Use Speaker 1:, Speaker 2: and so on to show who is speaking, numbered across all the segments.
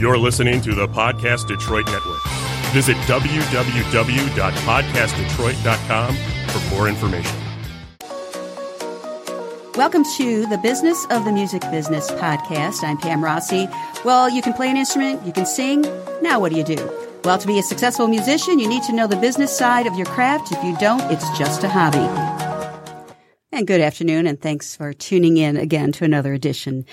Speaker 1: You're listening to the Podcast Detroit Network. Visit www.podcastdetroit.com for more information.
Speaker 2: Welcome to the Business of the Music Business podcast. I'm Pam Rossi. Well, you can play an instrument, you can sing. Now, what do you do? Well, to be a successful musician, you need to know the business side of your craft. If you don't, it's just a hobby. And good afternoon, and thanks for tuning in again to another edition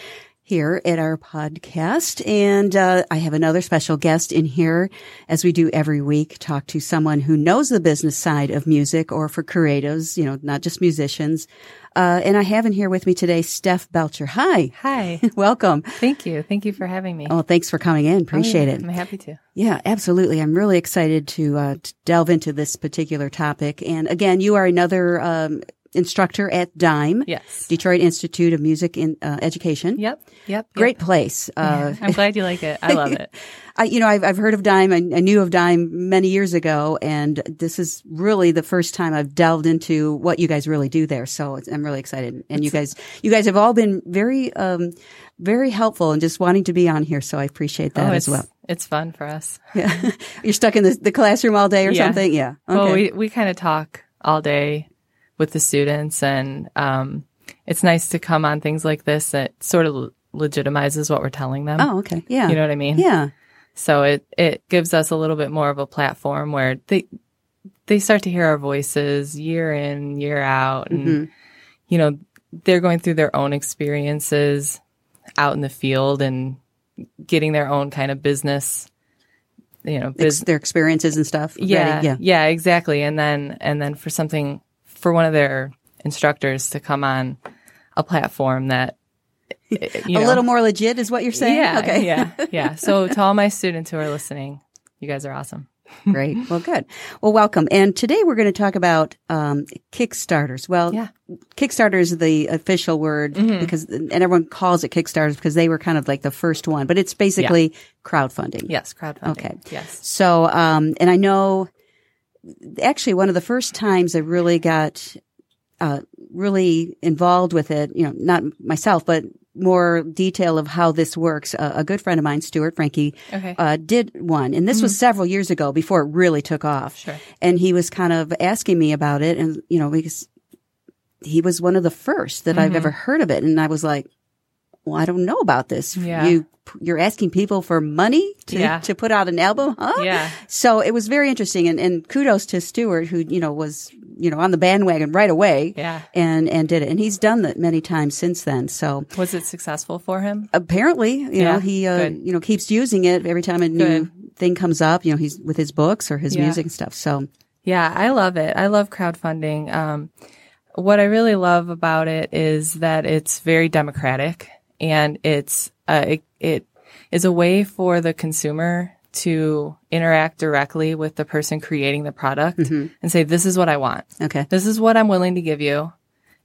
Speaker 2: here at our podcast. And uh, I have another special guest in here, as we do every week, talk to someone who knows the business side of music or for creatives, you know, not just musicians. Uh, and I have in here with me today Steph Belcher. Hi.
Speaker 3: Hi.
Speaker 2: Welcome.
Speaker 3: Thank you. Thank you for having me.
Speaker 2: Oh, thanks for coming in. Appreciate
Speaker 3: oh, yeah.
Speaker 2: it.
Speaker 3: I'm happy to.
Speaker 2: Yeah, absolutely. I'm really excited to, uh, to delve into this particular topic. And again, you are another um, instructor at Dime.
Speaker 3: Yes.
Speaker 2: Detroit Institute of Music in, uh, Education.
Speaker 3: Yep. Yep.
Speaker 2: Great yep. place.
Speaker 3: Uh, yeah, I'm glad you like it. I love it.
Speaker 2: I, you know, I've, I've heard of Dime. I, I, knew of Dime many years ago, and this is really the first time I've delved into what you guys really do there. So I'm really excited. And you guys, you guys have all been very, um, very helpful and just wanting to be on here. So I appreciate that
Speaker 3: oh,
Speaker 2: as well.
Speaker 3: It's fun for us.
Speaker 2: Yeah. You're stuck in the, the, classroom all day or
Speaker 3: yeah.
Speaker 2: something? Yeah.
Speaker 3: Okay. Well, we, we kind of talk all day with the students and um, it's nice to come on things like this that sort of legitimizes what we're telling them
Speaker 2: oh okay yeah
Speaker 3: you know what i mean
Speaker 2: yeah
Speaker 3: so it it gives us a little bit more of a platform where they they start to hear our voices year in year out and mm-hmm. you know they're going through their own experiences out in the field and getting their own kind of business you know
Speaker 2: biz- their experiences and stuff
Speaker 3: yeah,
Speaker 2: ready. yeah
Speaker 3: yeah exactly and then and then for something for one of their instructors to come on a platform that
Speaker 2: you know, a little more legit is what you're saying.
Speaker 3: Yeah,
Speaker 2: okay.
Speaker 3: yeah, yeah. So to all my students who are listening, you guys are awesome.
Speaker 2: Great. Well, good. Well, welcome. And today we're going to talk about um, Kickstarters. Well,
Speaker 3: yeah.
Speaker 2: Kickstarter is the official word mm-hmm. because, and everyone calls it Kickstarters because they were kind of like the first one, but it's basically yeah. crowdfunding.
Speaker 3: Yes, crowdfunding.
Speaker 2: Okay.
Speaker 3: Yes.
Speaker 2: So, um, and I know actually one of the first times I really got uh, really involved with it, you know, not myself, but more detail of how this works. Uh, a good friend of mine, Stuart Frankie,
Speaker 3: okay.
Speaker 2: uh, did one, and this mm-hmm. was several years ago before it really took off.
Speaker 3: Sure.
Speaker 2: And he was kind of asking me about it, and you know, because he was one of the first that mm-hmm. I've ever heard of it, and I was like, well, I don't know about this.
Speaker 3: Yeah.
Speaker 2: You you're asking people for money to
Speaker 3: yeah.
Speaker 2: to put out an album, huh?
Speaker 3: Yeah.
Speaker 2: So it was very interesting, and, and kudos to Stewart, who you know was you know on the bandwagon right away.
Speaker 3: Yeah.
Speaker 2: And and did it, and he's done that many times since then. So
Speaker 3: was it successful for him?
Speaker 2: Apparently, you yeah. know he uh, you know keeps using it every time a new Good. thing comes up. You know he's with his books or his yeah. music and stuff. So
Speaker 3: yeah, I love it. I love crowdfunding. Um, what I really love about it is that it's very democratic and it's uh, it, it is a way for the consumer to interact directly with the person creating the product
Speaker 2: mm-hmm.
Speaker 3: and say this is what I want.
Speaker 2: Okay.
Speaker 3: This is what I'm willing to give you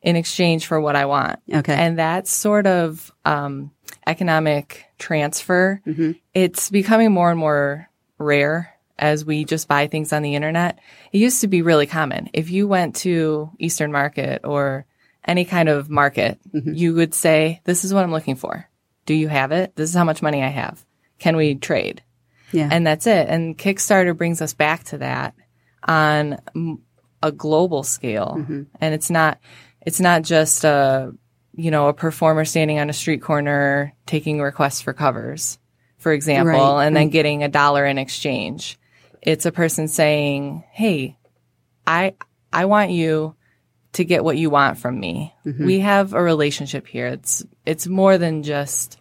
Speaker 3: in exchange for what I want.
Speaker 2: Okay.
Speaker 3: And that sort of um, economic transfer
Speaker 2: mm-hmm.
Speaker 3: it's becoming more and more rare as we just buy things on the internet. It used to be really common. If you went to Eastern Market or any kind of market,
Speaker 2: mm-hmm.
Speaker 3: you would say, This is what I'm looking for. Do you have it? This is how much money I have. Can we trade?
Speaker 2: Yeah.
Speaker 3: And that's it. And Kickstarter brings us back to that on a global scale.
Speaker 2: Mm-hmm.
Speaker 3: And it's not, it's not just a, you know, a performer standing on a street corner taking requests for covers, for example,
Speaker 2: right. Mm.
Speaker 3: and then mm-hmm. getting a dollar in exchange. It's a person saying, Hey, I, I want you to get what you want from me.
Speaker 2: Mm-hmm.
Speaker 3: We have a relationship here. It's it's more than just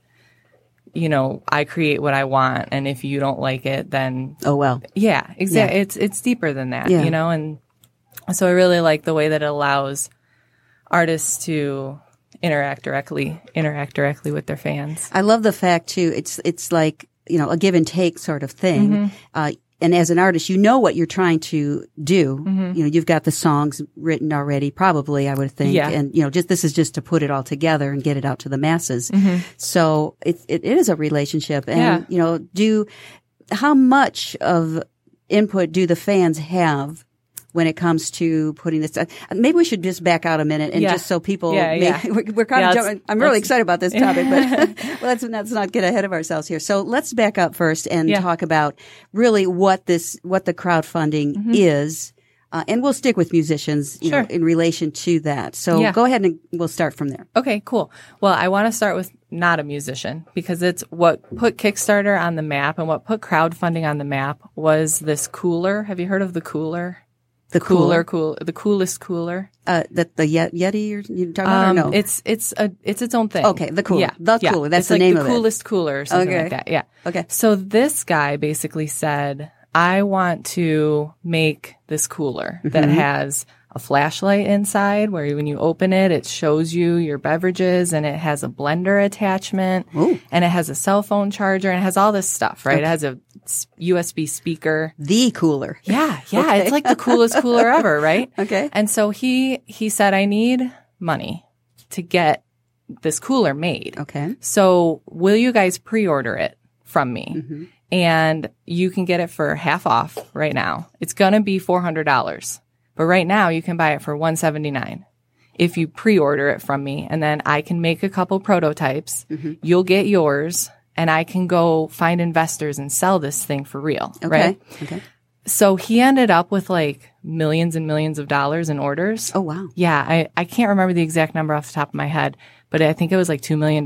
Speaker 3: you know, I create what I want and if you don't like it then
Speaker 2: Oh well.
Speaker 3: Yeah, exactly. Yeah. It's it's deeper than that,
Speaker 2: yeah.
Speaker 3: you know, and so I really like the way that it allows artists to interact directly interact directly with their fans.
Speaker 2: I love the fact too. It's it's like, you know, a give and take sort of thing.
Speaker 3: Mm-hmm.
Speaker 2: Uh, and as an artist, you know what you're trying to do.
Speaker 3: Mm-hmm.
Speaker 2: You know, you've got the songs written already, probably, I would think.
Speaker 3: Yeah.
Speaker 2: And, you know, just this is just to put it all together and get it out to the masses.
Speaker 3: Mm-hmm.
Speaker 2: So it, it is a relationship. And,
Speaker 3: Yeah.
Speaker 2: you know, do how much of input do the fans have when it comes to putting this. uh, Maybe we should just back out a minute and
Speaker 3: Yeah.
Speaker 2: just so people.
Speaker 3: Yeah,
Speaker 2: may-
Speaker 3: yeah.
Speaker 2: We're, we're kind
Speaker 3: Yeah,
Speaker 2: of
Speaker 3: let's-
Speaker 2: jumping. I'm really
Speaker 3: let's-
Speaker 2: excited about this topic, but well, let's, let's not get ahead of ourselves here. So let's back up first and
Speaker 3: Yeah.
Speaker 2: talk about really what this what the crowdfunding is. Uh, and we'll stick with musicians you know,
Speaker 3: Mm-hmm. Sure.
Speaker 2: in relation to that. So
Speaker 3: Yeah.
Speaker 2: go ahead and we'll start from there.
Speaker 3: Okay, cool. Well, I want to start with not a musician because it's what put Kickstarter on the map and what put crowdfunding on the map was this cooler. Have you heard of the cooler?
Speaker 2: The
Speaker 3: Cooler, cool, the coolest cooler.
Speaker 2: uh, the, the Ye- Yeti you're, you're talking
Speaker 3: Um,
Speaker 2: about, or no?
Speaker 3: It's it's a it's its own thing.
Speaker 2: Okay, the cooler. The cooler. That's
Speaker 3: It's
Speaker 2: the
Speaker 3: like
Speaker 2: name
Speaker 3: the
Speaker 2: of it.
Speaker 3: coolest cooler or something
Speaker 2: Okay.
Speaker 3: like that. Yeah.
Speaker 2: okay.
Speaker 3: So this guy basically said, I want to make this cooler that has a flashlight inside where when you open it, it shows you your beverages and it has a blender attachment and it has a cell phone charger and it has all this stuff, right? It has a s- USB speaker.
Speaker 2: The cooler.
Speaker 3: Yeah, yeah, it's like the coolest cooler ever, right?
Speaker 2: Okay.
Speaker 3: And so he he said I need money to get this cooler made.
Speaker 2: Okay.
Speaker 3: So will you guys pre-order it from me? And you can get it for half off right now. It's going to be $400. But right now you can buy it for 179 if you pre-order it from me and then I can make a couple prototypes. You'll get yours and I can go find investors and sell this thing for real,
Speaker 2: Okay.
Speaker 3: right?
Speaker 2: Okay.
Speaker 3: So he ended up with like millions and millions of dollars in orders.
Speaker 2: Oh wow.
Speaker 3: Yeah, I, I can't remember the exact number off the top of my head, but I think it was like $2 million,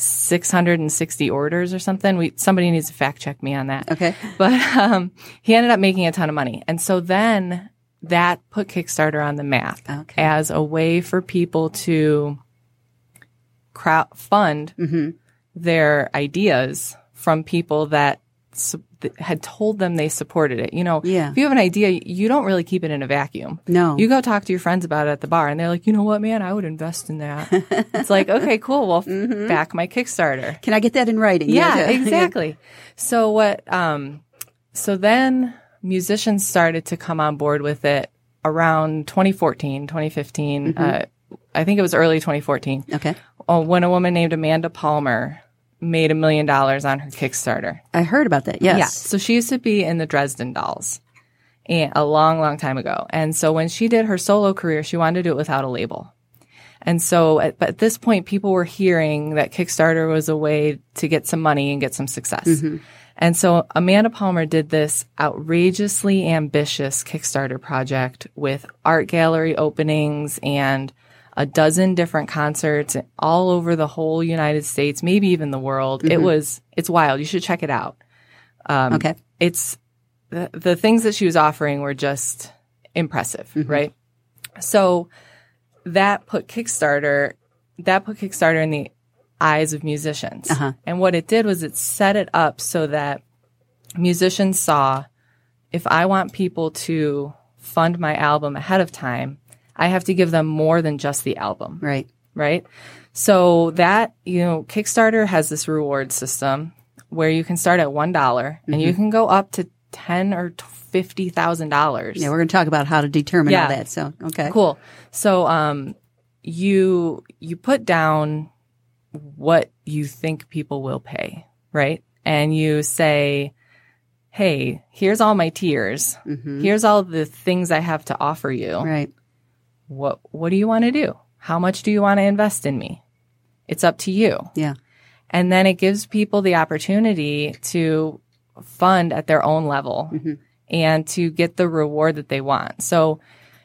Speaker 3: 660 orders or something. We, somebody needs to fact check me on that.
Speaker 2: Okay.
Speaker 3: But um, he ended up making a ton of money. And so then that put Kickstarter on the map
Speaker 2: Okay.
Speaker 3: as a way for people to crowd fund
Speaker 2: Mm-hmm.
Speaker 3: their ideas from people that su- that had told them they supported it. You know,
Speaker 2: Yeah.
Speaker 3: if you have an idea, you don't really keep it in a vacuum.
Speaker 2: No.
Speaker 3: You go talk to your friends about it at the bar, and they're like, you know what, man, I would invest in that. it's like, okay, cool. Well, f-
Speaker 2: Mm-hmm.
Speaker 3: back my Kickstarter.
Speaker 2: Can I get that in writing?
Speaker 3: Yeah, exactly. So what? Um, so then musicians started to come on board with it around 2014, 2015. Uh, I think it was early 2014
Speaker 2: Okay.
Speaker 3: uh, when a woman named Amanda Palmer made a million dollars on her Kickstarter.
Speaker 2: I heard about that. Yes.
Speaker 3: Yeah. So she used to be in the Dresden Dolls and, a long, long time ago. And so when she did her solo career, she wanted to do it without a label. And so at, but at this point, people were hearing that Kickstarter was a way to get some money and get some success. And so Amanda Palmer did this outrageously ambitious Kickstarter project with art gallery openings and a dozen different concerts all over the whole United States, maybe even the world. It was, it's wild. You should check it out Um,
Speaker 2: okay.
Speaker 3: it's the, the things that she was offering were just impressive, right? So that put Kickstarter that put Kickstarter in the eyes of musicians. And what it did was it set it up so that musicians saw if I want people to fund my album ahead of time, I have to give them more than just the album
Speaker 2: Right.
Speaker 3: right? So that, you know, Kickstarter has this reward system where you can start at $1 dollars and
Speaker 2: Mm-hmm.
Speaker 3: you can go up to 10 or t- $50,000.
Speaker 2: Yeah, we're going to talk about how to determine all
Speaker 3: Yeah.
Speaker 2: that. So okay.
Speaker 3: Cool. So um you you put down what you think people will pay, right? And you say, "Hey, here's all my tiers.
Speaker 2: Mm-hmm.
Speaker 3: Here's all the things I have to offer you."
Speaker 2: Right.
Speaker 3: what what do you want to do? How much do you want to invest in me? It's up to you.
Speaker 2: Yeah.
Speaker 3: And then it gives people the opportunity to fund at their own level and to get the reward that they want. So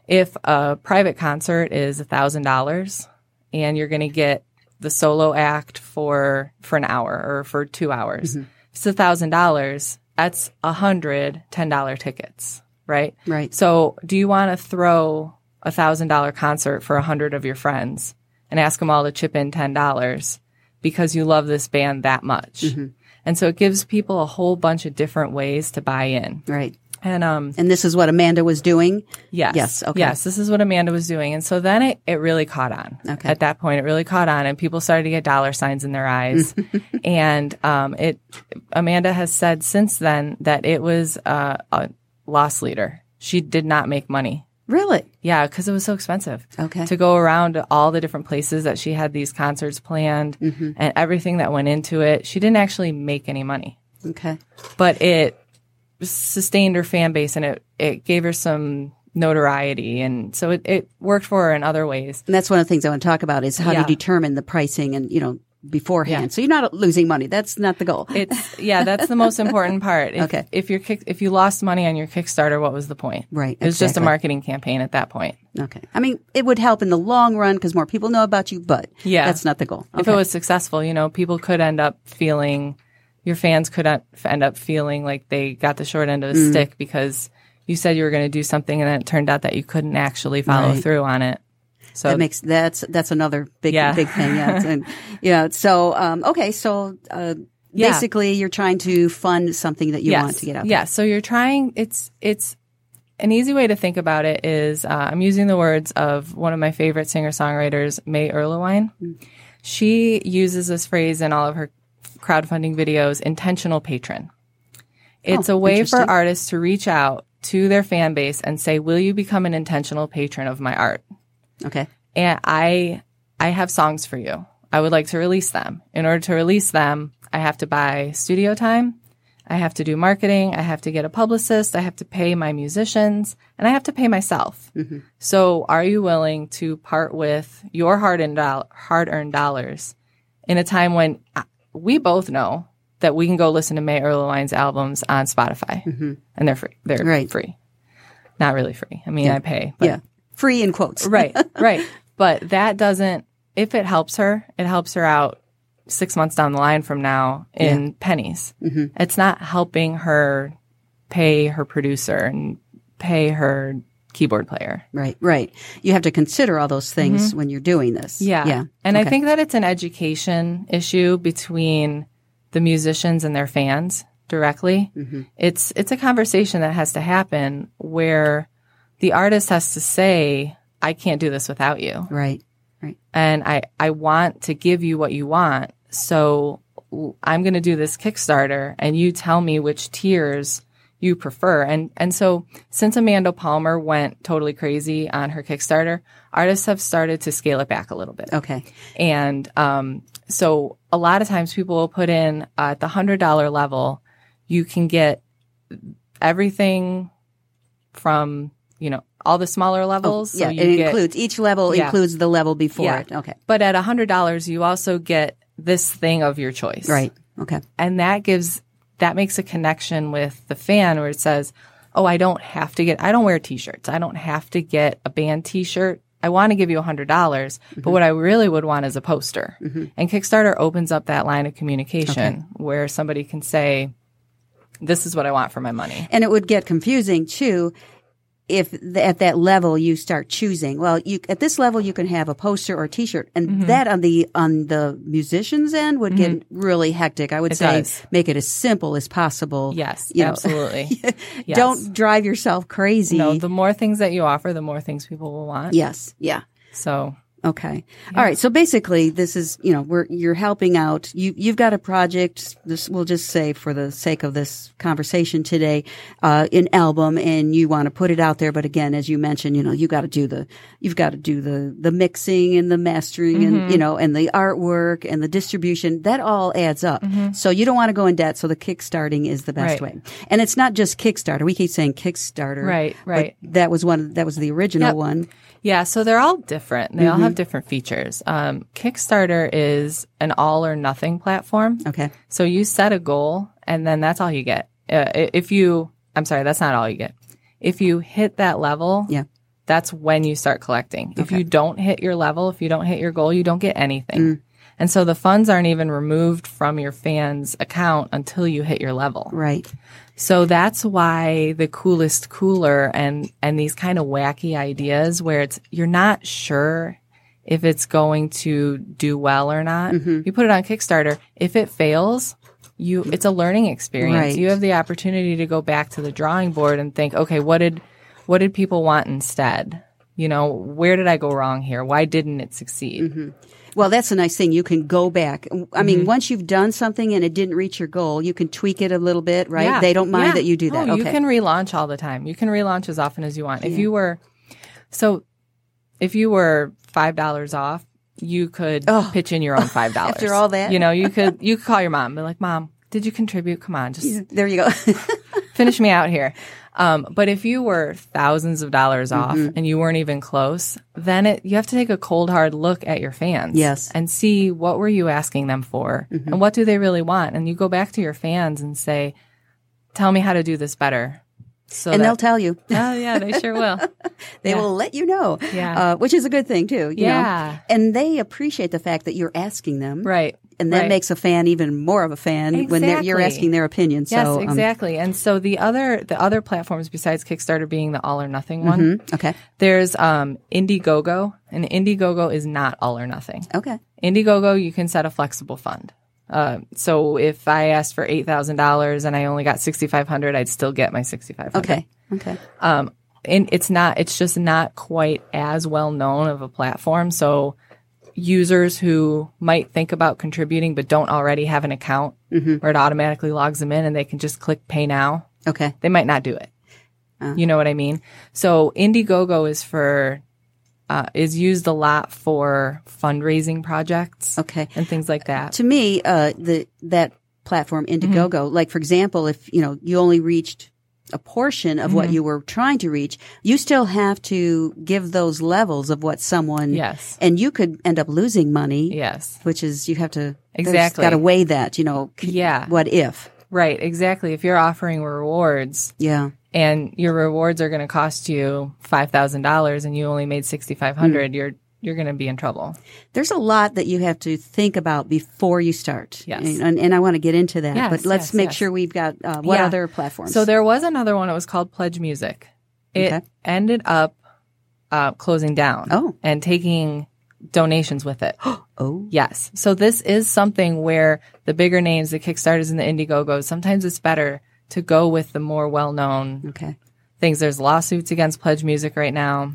Speaker 3: if a private concert is $1000 and you're going to get the solo act for for an hour or for 2 hours. If it's $1000, that's 100 $10 tickets, right?
Speaker 2: Right.
Speaker 3: So, do you want to throw a thousand dollar concert for a hundred of your friends and ask them all to chip in ten dollars because you love this band that much?
Speaker 2: Mm-hmm.
Speaker 3: And so it gives people a whole bunch of different ways to buy in.
Speaker 2: Right.
Speaker 3: And um,
Speaker 2: And this is what Amanda was doing.
Speaker 3: Yes.
Speaker 2: Yes, okay.
Speaker 3: Yes. This is what Amanda was doing. And so then it, it really caught on.
Speaker 2: Okay.
Speaker 3: At that point, it really caught on and people started to get dollar signs in their eyes. and, um, it, Amanda has said since then that it was, uh, a loss leader. She did not make money.
Speaker 2: Really?
Speaker 3: Yeah. Cause it was so expensive
Speaker 2: Okay.
Speaker 3: to go around to all the different places that she had these concerts planned
Speaker 2: Mm-hmm.
Speaker 3: and everything that went into it. She didn't actually make any money,
Speaker 2: Okay.
Speaker 3: but it, sustained her fan base and it, it gave her some notoriety. And so it, it worked for her in other ways.
Speaker 2: And that's one of the things I want to talk about is how
Speaker 3: Yeah.
Speaker 2: to determine the pricing and, you know, beforehand. So you're not losing money. That's not the goal.
Speaker 3: It's yeah, that's the most important part. If,
Speaker 2: Okay.
Speaker 3: If your kick, if you lost money on your Kickstarter, what was the point?
Speaker 2: Right,
Speaker 3: It was just a
Speaker 2: exactly.
Speaker 3: marketing campaign at that point.
Speaker 2: okay. I mean, it would help in the long run because more people know about you, but
Speaker 3: Yeah.
Speaker 2: that's not the goal.
Speaker 3: If it was successful, you know, people could end up feeling your fans could en- end up feeling like they got the short end of the stick because you said you were going to do something and then it turned out that you couldn't actually follow
Speaker 2: Right.
Speaker 3: through on it. So
Speaker 2: that makes that's that's another big
Speaker 3: Yeah.
Speaker 2: big thing. Yeah, It's- and, yeah. So um, okay, so uh,
Speaker 3: Yeah.
Speaker 2: basically, you're trying to fund something that you want to get out. there.
Speaker 3: Yeah. So you're trying. It's it's an easy way to think about it is uh, I'm using the words of one of my favorite singer songwriters, May Erlewine.
Speaker 2: Hmm.
Speaker 3: She uses this phrase in all of her crowdfunding videos: intentional patron. It's
Speaker 2: Oh,
Speaker 3: a way for
Speaker 2: interesting.
Speaker 3: artists to reach out to their fan base and say, "Will you become an intentional patron of my art?"
Speaker 2: Okay.
Speaker 3: and I I have songs for you. I would like to release them. In order to release them, I have to buy studio time. I have to do marketing. I have to get a publicist. I have to pay my musicians and I have to pay myself.
Speaker 2: Mm-hmm.
Speaker 3: So are you willing to part with your hard earned doll- hard earned dollars in a time when I- we both know that we can go listen to May Erlewine's albums on Spotify and they're free. They're
Speaker 2: Mm-hmm. Right.
Speaker 3: free. Not really free. I mean, I pay, but
Speaker 2: Yeah. Free in quotes.
Speaker 3: right, right. But that doesn't, if it helps her, it helps her out six months down the line from now in pennies.
Speaker 2: Mm-hmm.
Speaker 3: It's not helping her pay her producer and pay her keyboard player.
Speaker 2: Right. Right. You have to consider all those things when you're doing this. Yeah.
Speaker 3: Mm-hmm. And
Speaker 2: Okay.
Speaker 3: I think that it's an education issue between the musicians and their fans directly.
Speaker 2: Mm-hmm.
Speaker 3: It's it's a conversation that has to happen where the artist has to say, I can't do this without you.
Speaker 2: Right. Right.
Speaker 3: and I, I want to give you what you want. So I'm going to do this Kickstarter and you tell me which tiers you prefer. And, and so since Amanda Palmer went totally crazy on her Kickstarter, artists have started to scale it back a little bit.
Speaker 2: Okay.
Speaker 3: And, um, so a lot of times people will put in uh, at the hundred dollar level, you can get everything from, you know, all the smaller levels.
Speaker 2: Oh, yeah.
Speaker 3: so you
Speaker 2: it
Speaker 3: get,
Speaker 2: includes each level
Speaker 3: Yeah.
Speaker 2: includes the level before
Speaker 3: Yeah.
Speaker 2: it. Okay.
Speaker 3: but at $100, you also get this thing of your choice.
Speaker 2: Right. Okay.
Speaker 3: And that gives, that makes a connection with the fan where it says, oh, I don't have to get, I don't wear t shirts. I don't have to get a band t shirt. I want to give you $100, dollars
Speaker 2: Mm-hmm.
Speaker 3: but what I really would want is a poster. And Kickstarter opens up that line of communication where somebody can say, this is what I want for my money.
Speaker 2: And it would get confusing too if th- at that level you start choosing. Well, you at this level you can have a poster or a t-shirt and
Speaker 3: Mm-hmm.
Speaker 2: that on the on the musician's end would get really hectic. I would say
Speaker 3: does.
Speaker 2: make it as simple as possible.
Speaker 3: Yes,
Speaker 2: You know,
Speaker 3: absolutely. Yes.
Speaker 2: Don't drive yourself crazy.
Speaker 3: No, the more things that you offer, the more things people will want.
Speaker 2: yes. Yeah.
Speaker 3: So
Speaker 2: Okay. All right. So basically, this is you know we're you're helping out. You you've got a project. This we'll just say for the sake of this conversation today, uh, an album, and you want to put it out there. But again, as you mentioned, you know you got to do the you've got to do the the mixing and the mastering and
Speaker 3: Mm-hmm.
Speaker 2: you know and the artwork and the distribution. That all adds up. So you don't want to go in debt. So the kickstarting is the best
Speaker 3: Mm-hmm. Right.
Speaker 2: way. And it's not just Kickstarter. We keep saying Kickstarter.
Speaker 3: Right,
Speaker 2: but
Speaker 3: right.
Speaker 2: that was one. That was the original
Speaker 3: Yep.
Speaker 2: one.
Speaker 3: Yeah, so they're all different. They all have different features. Um, Kickstarter is an all or nothing platform.
Speaker 2: Okay.
Speaker 3: So you set a goal, and then that's all you get. Uh, i- if you, I'm sorry, that's not all you get. If you hit that level,
Speaker 2: Yeah.
Speaker 3: that's when you start collecting. If you don't hit your level, if you don't hit your goal, you don't get anything. And so the funds aren't even removed from your fans' account until you hit your level.
Speaker 2: Right.
Speaker 3: So that's why the coolest cooler and and these kind of wacky ideas where it's you're not sure if it's going to do well or not. You put it on Kickstarter. If it fails, you it's a learning experience.
Speaker 2: Right.
Speaker 3: You have the opportunity to go back to the drawing board and think, okay, what did what did people want instead? You know, where did I go wrong here? Why didn't it succeed?
Speaker 2: Well, that's a nice thing. You can go back. I
Speaker 3: Mm-hmm.
Speaker 2: mean, once you've done something and it didn't reach your goal, you can tweak it a little bit, right?
Speaker 3: Yeah.
Speaker 2: They don't mind
Speaker 3: Yeah.
Speaker 2: that you do that.
Speaker 3: No,
Speaker 2: okay.
Speaker 3: You can relaunch all the time. You can relaunch as often as you want. If you were so if you were five dollars off, you could pitch in your own five dollars.
Speaker 2: After all that?
Speaker 3: You know, you could you could call your mom and be like, Mom, did you contribute? Come on, just
Speaker 2: there you go.
Speaker 3: finish me out here. Um, but if you were thousands of dollars off
Speaker 2: Mm-hmm.
Speaker 3: and you weren't even close, then it, you have to take a cold hard look at your fans,
Speaker 2: Yes. Mm-hmm.
Speaker 3: and see what were you asking them for, and what do they really want. And you go back to your fans and say, "Tell me how to do this better." So
Speaker 2: and they'll
Speaker 3: that,
Speaker 2: tell you.
Speaker 3: oh yeah, they sure will.
Speaker 2: They
Speaker 3: Yeah.
Speaker 2: will let you know.
Speaker 3: Yeah.
Speaker 2: Uh, which is a good thing too. you know.
Speaker 3: Yeah.
Speaker 2: And they appreciate the fact that you're asking them.
Speaker 3: Right.
Speaker 2: And that
Speaker 3: right.
Speaker 2: makes a fan even more of a fan when they're, you're
Speaker 3: Exactly.
Speaker 2: asking their opinion.
Speaker 3: Yes,
Speaker 2: so, um,
Speaker 3: exactly. And so the other the other platforms besides Kickstarter being the all or nothing one,
Speaker 2: okay.
Speaker 3: there's um Indiegogo, and Indiegogo is not all or nothing.
Speaker 2: Okay.
Speaker 3: Indiegogo, you can set a flexible fund. Uh, so if I asked for eight thousand dollars and I only got sixty five hundred, I'd still get my sixty five hundred.
Speaker 2: Okay. Okay.
Speaker 3: Um, and it's not it's just not quite as well known of a platform. So users who might think about contributing but don't already have an account where it automatically logs them in and they can just click pay now
Speaker 2: Okay.
Speaker 3: they might not do it. You know what I mean? So Indiegogo is for uh, is used a lot for fundraising projects
Speaker 2: Okay.
Speaker 3: and things like that.
Speaker 2: to me, uh, the that platform Indiegogo,
Speaker 3: Mm-hmm.
Speaker 2: like for example, if you know you only reached a portion of
Speaker 3: Mm-hmm.
Speaker 2: what you were trying to reach, you still have to give those levels of what someone.
Speaker 3: Yes.
Speaker 2: And you could end up losing money,
Speaker 3: Yes.
Speaker 2: which is you have to
Speaker 3: Exactly.
Speaker 2: got to weigh that. You know. c-
Speaker 3: Yeah.
Speaker 2: What if?
Speaker 3: Right, exactly. If you're offering rewards
Speaker 2: Yeah.
Speaker 3: and your rewards are going to cost you $5,000 and you only made 6500, you're you're going to be in trouble.
Speaker 2: There's a lot that you have to think about before you start.
Speaker 3: Yes.
Speaker 2: And, and, and I want to get into that,
Speaker 3: Yes,
Speaker 2: but let's
Speaker 3: yes,
Speaker 2: make
Speaker 3: yes.
Speaker 2: sure we've got uh, what
Speaker 3: Yeah.
Speaker 2: other platforms.
Speaker 3: So there was another one. It was called Pledge Music. It
Speaker 2: Okay.
Speaker 3: ended up uh, closing down
Speaker 2: Oh.
Speaker 3: and taking donations with it.
Speaker 2: oh,
Speaker 3: Yes. So this is something where the bigger names, the Kickstarters and the Indiegogos, sometimes it's better to go with the more well-known
Speaker 2: okay.
Speaker 3: things. There's lawsuits against Pledge Music right now,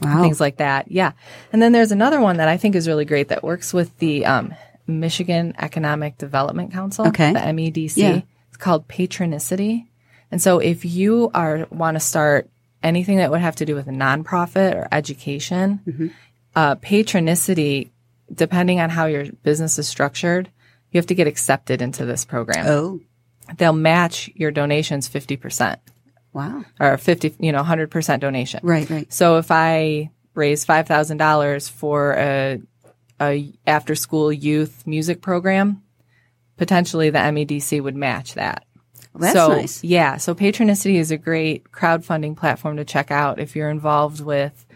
Speaker 2: Wow.
Speaker 3: things like that. Yeah. And then there's another one that I think is really great that works with the um, Michigan Economic Development Council,
Speaker 2: Okay.
Speaker 3: the MEDC.
Speaker 2: Yeah.
Speaker 3: It's called Patronicity. And so if you are want to start anything that would have to do with a nonprofit or education,
Speaker 2: Mm-hmm.
Speaker 3: uh, patronicity, depending on how your business is structured, you have to get accepted into this program.
Speaker 2: oh,
Speaker 3: They'll match your donations 50%
Speaker 2: wow.
Speaker 3: or 50, you know, 100% donation.
Speaker 2: Right, right.
Speaker 3: So if I raise $5,000 for a, a after school youth music program, potentially the MEDC would match that.
Speaker 2: Well, that's
Speaker 3: so,
Speaker 2: nice.
Speaker 3: Yeah. So Patronicity is a great crowdfunding platform to check out if you're involved with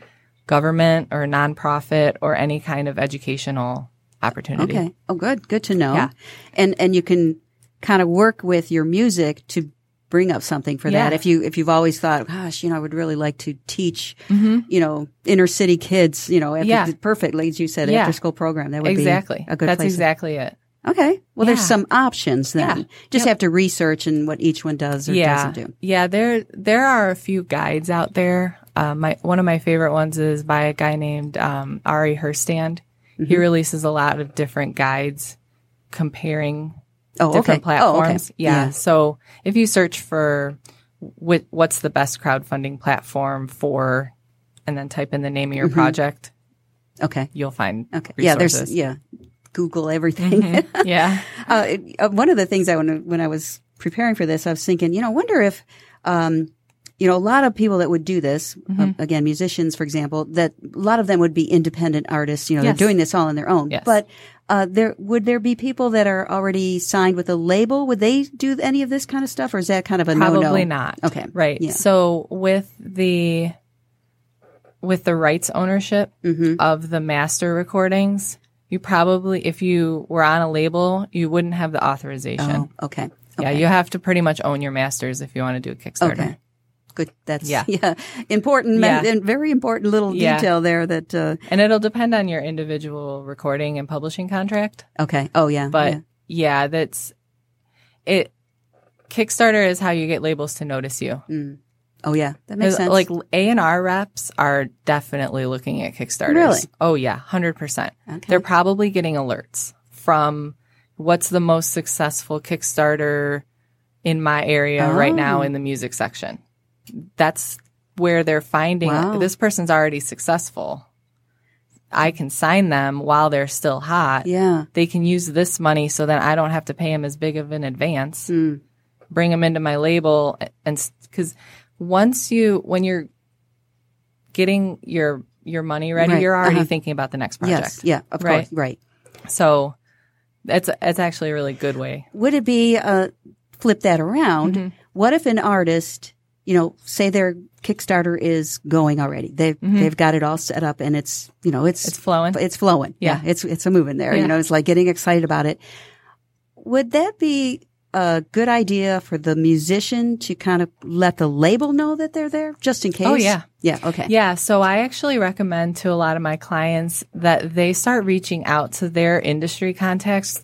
Speaker 3: government or nonprofit or any kind of educational opportunity.
Speaker 2: Okay. Oh, good. Good to know.
Speaker 3: Yeah.
Speaker 2: And and you can kind of work with your music to bring up something for that.
Speaker 3: Yeah.
Speaker 2: If you if you've always thought, gosh, you know, I would really like to teach, you know, inner city kids, you know, after,
Speaker 3: Mm-hmm. Yeah.
Speaker 2: perfectly as you said,
Speaker 3: Yeah.
Speaker 2: after school program. That would
Speaker 3: Exactly.
Speaker 2: be a good
Speaker 3: That's
Speaker 2: place. to-
Speaker 3: exactly it.
Speaker 2: okay. Well, there's
Speaker 3: Yeah.
Speaker 2: some options then.
Speaker 3: Yeah.
Speaker 2: Just have to research and what each one does or
Speaker 3: yeah,
Speaker 2: doesn't do.
Speaker 3: yeah. There, there are a few guides out there. Uh, my one of my favorite ones is by a guy named um, Ari Herstand.
Speaker 2: Mm-hmm.
Speaker 3: He releases a lot of different guides comparing
Speaker 2: Oh,
Speaker 3: different
Speaker 2: okay. Oh, okay.
Speaker 3: platforms. Yeah. So if you search for wh- what's the best crowdfunding platform for, and then type in the name of your project,
Speaker 2: Yeah. Okay.
Speaker 3: you'll find
Speaker 2: Mm-hmm. Okay. Yeah. There's
Speaker 3: resources.
Speaker 2: yeah. Google everything.
Speaker 3: Yeah. yeah.
Speaker 2: Uh, it- uh, one of the things I when, when I was preparing for this, I was thinking, you know, I wonder if, um, you know, a lot of people that would do this, uh,
Speaker 3: Mm-hmm.
Speaker 2: again, musicians, for example, that a lot of them would be independent artists. You know,
Speaker 3: Yes.
Speaker 2: they're doing this all on their own.
Speaker 3: Yes.
Speaker 2: But uh, there would there be people that are already signed with a label? Would they do any of this kind of stuff, or is that kind of a no-no?
Speaker 3: Probably not.
Speaker 2: Okay.
Speaker 3: Right.
Speaker 2: Yeah.
Speaker 3: So with the with the rights ownership
Speaker 2: Mhm.
Speaker 3: of the master recordings, you probably if you were on a label, you wouldn't have the authorization.
Speaker 2: Oh, okay.
Speaker 3: Yeah, you have to pretty much own your masters if you want to do a Kickstarter.
Speaker 2: Okay. Good. That's yeah,
Speaker 3: Yeah.
Speaker 2: important me-
Speaker 3: Yeah.
Speaker 2: and very important little
Speaker 3: Yeah.
Speaker 2: detail there. That uh,
Speaker 3: And it'll depend on your individual recording and publishing contract.
Speaker 2: okay. Oh yeah.
Speaker 3: But
Speaker 2: yeah.
Speaker 3: yeah, that's it. Kickstarter is how you get labels to notice you.
Speaker 2: oh yeah, that makes sense.
Speaker 3: Uh, Like A and R reps are definitely looking at Kickstarters.
Speaker 2: Really?
Speaker 3: Oh yeah, hundred percent.
Speaker 2: Okay.
Speaker 3: They're probably getting alerts from what's the most successful Kickstarter in my area right now
Speaker 2: Oh.
Speaker 3: in the music section. That's where they're finding
Speaker 2: Wow.
Speaker 3: this person's already successful. I can sign them while they're still hot
Speaker 2: yeah. Mm,
Speaker 3: they can use this money so that I don't have to pay them as big of an advance. bring them into my label and because once you when you're getting your your money ready,
Speaker 2: Right,
Speaker 3: you're already
Speaker 2: uh-huh.
Speaker 3: thinking about the next
Speaker 2: Yes.
Speaker 3: project.
Speaker 2: Yeah. Of
Speaker 3: Right.
Speaker 2: course. Right.
Speaker 3: So that's that's actually a really good way.
Speaker 2: Would it be uh, flip that around?
Speaker 3: Mm-hmm.
Speaker 2: What if an artist, you know, say their Kickstarter is going already? They have they've got it all set up and it's you know it's
Speaker 3: Mm-hmm. It's flowing.
Speaker 2: it's flowing.
Speaker 3: Yeah.
Speaker 2: it's it's a moving there. You
Speaker 3: Yeah.
Speaker 2: know, it's like getting excited about it. Would that be a good idea for the musician to kind of let the label know that they're there, just in case?
Speaker 3: Oh, yeah.
Speaker 2: yeah, okay,
Speaker 3: Yeah, so I actually recommend to a lot of my clients that they start reaching out to their industry contacts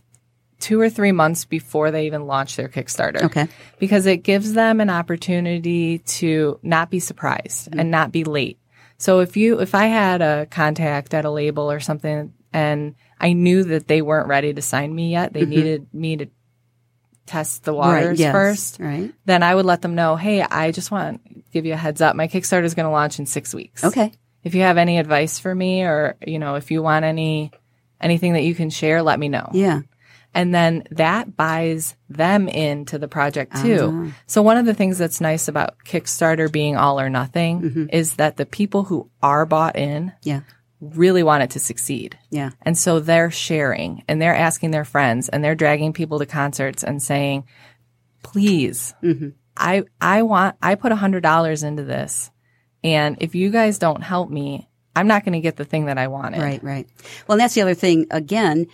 Speaker 3: two or three months before they even launch their Kickstarter.
Speaker 2: okay,
Speaker 3: Because it gives them an opportunity to not be surprised and not be late. So if you, if I had a contact at a label or something and I knew that they weren't ready to sign me yet, they needed me to test the waters
Speaker 2: Mm-hmm. right, yes,
Speaker 3: first
Speaker 2: right,
Speaker 3: then I would let them know, hey, I just want to give you a heads up. My Kickstarter is going to launch in six weeks.
Speaker 2: okay,
Speaker 3: If you have any advice for me, or you know, if you want any anything that you can share, let me know.
Speaker 2: yeah,
Speaker 3: And then that buys them into the project too.
Speaker 2: Ah.
Speaker 3: So one of the things that's nice about Kickstarter being all or nothing
Speaker 2: Mm-hmm.
Speaker 3: is that the people who are bought in
Speaker 2: yeah,
Speaker 3: really want it to succeed.
Speaker 2: yeah,
Speaker 3: And so they're sharing and they're asking their friends and they're dragging people to concerts and saying, please,
Speaker 2: Mm-hmm.
Speaker 3: I, I want, I put a hundred dollars into this. And if you guys don't help me, I'm not going to get the thing that I wanted.
Speaker 2: right, right. Well, and that's the other thing. Again,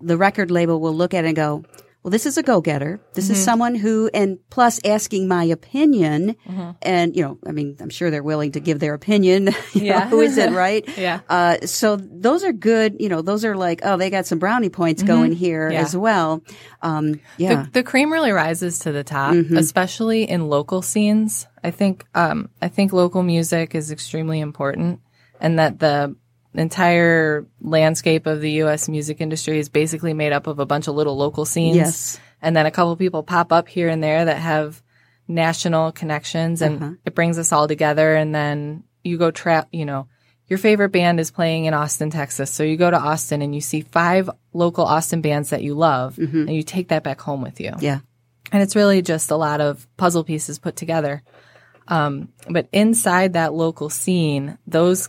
Speaker 2: the record label will look at it and go, "Well, this is a go-getter. This
Speaker 3: Mm-hmm.
Speaker 2: is someone who," and plus asking my opinion,
Speaker 3: Mm-hmm.
Speaker 2: and you know, I mean, I'm sure they're willing to give their opinion. You know,
Speaker 3: Yeah.
Speaker 2: who is it, right?
Speaker 3: Yeah.
Speaker 2: Uh, so those are good. You know, those are like, oh, they got some brownie points going here
Speaker 3: Mm-hmm. Yeah.
Speaker 2: as well. Um, yeah. Mm-hmm.
Speaker 3: The, the cream really rises to the top, especially in local scenes. I think, um, I think local music is extremely important and that the entire landscape of the U.S. music industry is basically made up of a bunch of little local scenes.
Speaker 2: Yes.
Speaker 3: and then a couple people pop up here and there that have national connections and it brings us all together and then you go trap you know your favorite band is playing in austin texas so you go to austin and you see five local austin bands that you love and you take that back home with you
Speaker 2: Yeah.
Speaker 3: and it's really just a lot of puzzle pieces put together um, but inside that local scene those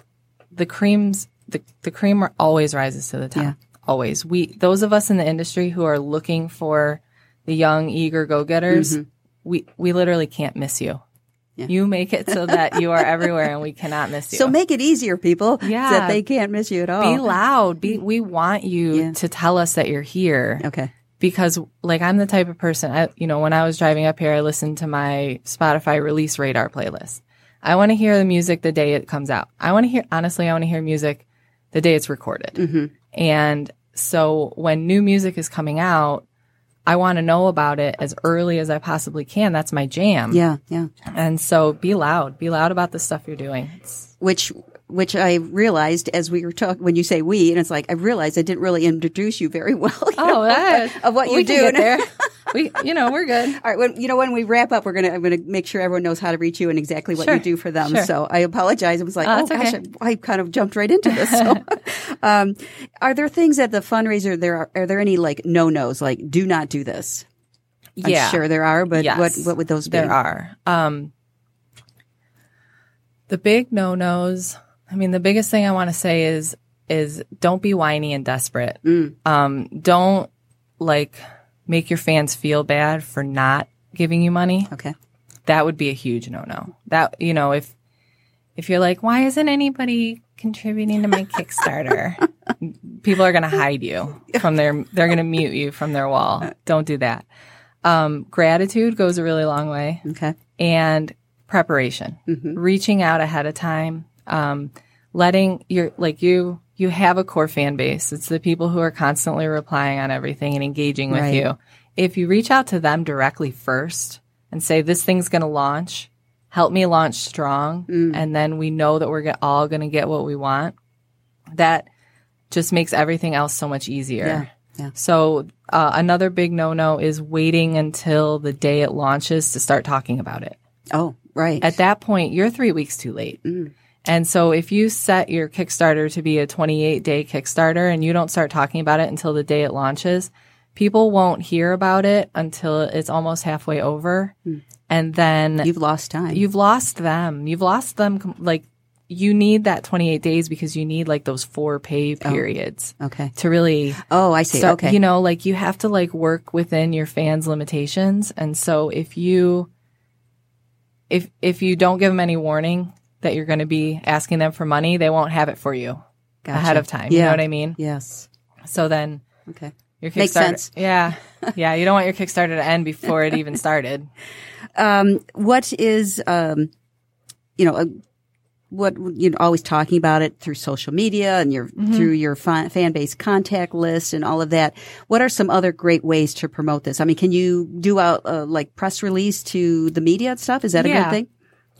Speaker 3: the creams the, the cream always rises to the top
Speaker 2: Yeah.
Speaker 3: always we those of us in the industry who are looking for the young eager go-getters we we literally can't miss you
Speaker 2: Mm-hmm. Yeah.
Speaker 3: you make it so that you are everywhere and we cannot miss you
Speaker 2: So make it easier, people.
Speaker 3: Yeah.
Speaker 2: That they can't miss you at all.
Speaker 3: be loud be we want you
Speaker 2: Yeah.
Speaker 3: to tell us that you're here
Speaker 2: okay.
Speaker 3: because like I'm the type of person I you know when I was driving up here I listened to my Spotify release radar playlist. I want to hear the music the day it comes out. I want to hear honestly I want to hear music the day it's recorded.
Speaker 2: Mm-hmm.
Speaker 3: And so when new music is coming out, I want to know about it as early as I possibly can. That's my jam.
Speaker 2: Yeah. Yeah.
Speaker 3: And so be loud. Be loud about the stuff you're doing. It's-
Speaker 2: which which I realized as we were talking when you say we, and it's like I realized I didn't really introduce you very well. you know,
Speaker 3: Oh, that-
Speaker 2: Oh, of what
Speaker 3: we
Speaker 2: you do.
Speaker 3: can get there. we you know, we're good.
Speaker 2: All right, when, you know when we wrap up, we're gonna I'm gonna make sure everyone knows how to reach you and exactly what
Speaker 3: Sure.
Speaker 2: you do for them.
Speaker 3: Sure.
Speaker 2: So I apologize. I was like,
Speaker 3: Oh,
Speaker 2: oh
Speaker 3: it's
Speaker 2: gosh,
Speaker 3: okay.
Speaker 2: I, I kind of jumped right into this. So, um, are there things at the fundraiser? There are are there any like no nos like do not do this? I'm
Speaker 3: Yeah.
Speaker 2: sure there are, but
Speaker 3: Yes.
Speaker 2: what what would those be?
Speaker 3: There are. Um, the big no nos. I mean, the biggest thing I want to say is is don't be whiny and desperate.
Speaker 2: Mm.
Speaker 3: Um, don't like make your fans feel bad for not giving you money.
Speaker 2: Okay.
Speaker 3: That would be a huge no no. That you know if if you're like, why isn't anybody contributing to my Kickstarter? People are going to hide you from their. They're going to mute you from their wall. Don't do that. Um, gratitude goes a really long way
Speaker 2: Okay.
Speaker 3: and preparation,
Speaker 2: Mm-hmm.
Speaker 3: reaching out ahead of time, um, letting your like you you have a core fan base. It's the people who are constantly replying on everything and engaging with
Speaker 2: Right.
Speaker 3: you. If you reach out to them directly first and say this thing's going to launch, help me launch strong,
Speaker 2: Mm.
Speaker 3: and then we know that we're get, all going to get what we want. That just makes everything else so much easier.
Speaker 2: Yeah. Yeah.
Speaker 3: So uh, another big no-no is waiting until the day it launches to start talking about it.
Speaker 2: Oh, right.
Speaker 3: At that point, you're three weeks too late. And so if you set your Kickstarter to be a 28 day Kickstarter and you don't start talking about it until the day it launches, people won't hear about it until it's almost halfway over. And then
Speaker 2: You've lost time.
Speaker 3: you've lost them. You've lost them. com- Like you need that 28 days because you need like those four pay periods
Speaker 2: okay.
Speaker 3: to really.
Speaker 2: Oh, I see.
Speaker 3: start-
Speaker 2: okay.
Speaker 3: You know, like you have to like work within your fans' limitations. And so if you, if, if you don't give them any warning that you're going to be asking them for money, they won't have it for you ahead
Speaker 2: Gotcha.
Speaker 3: of time.
Speaker 2: Yeah.
Speaker 3: You know what I mean?
Speaker 2: Yes.
Speaker 3: So then
Speaker 2: Okay.
Speaker 3: your Kickstarter.
Speaker 2: Makes sense.
Speaker 3: Yeah. Yeah. You don't want your Kickstarter to end before it even started.
Speaker 2: Um, what is, um, you know, uh, what you're always talking about it through social media and your
Speaker 3: Mm-hmm.
Speaker 2: through your fan, fan base contact list and all of that. What are some other great ways to promote this? I mean, can you do out uh, like press release to the media and stuff? Is that a good
Speaker 3: Yeah.
Speaker 2: thing?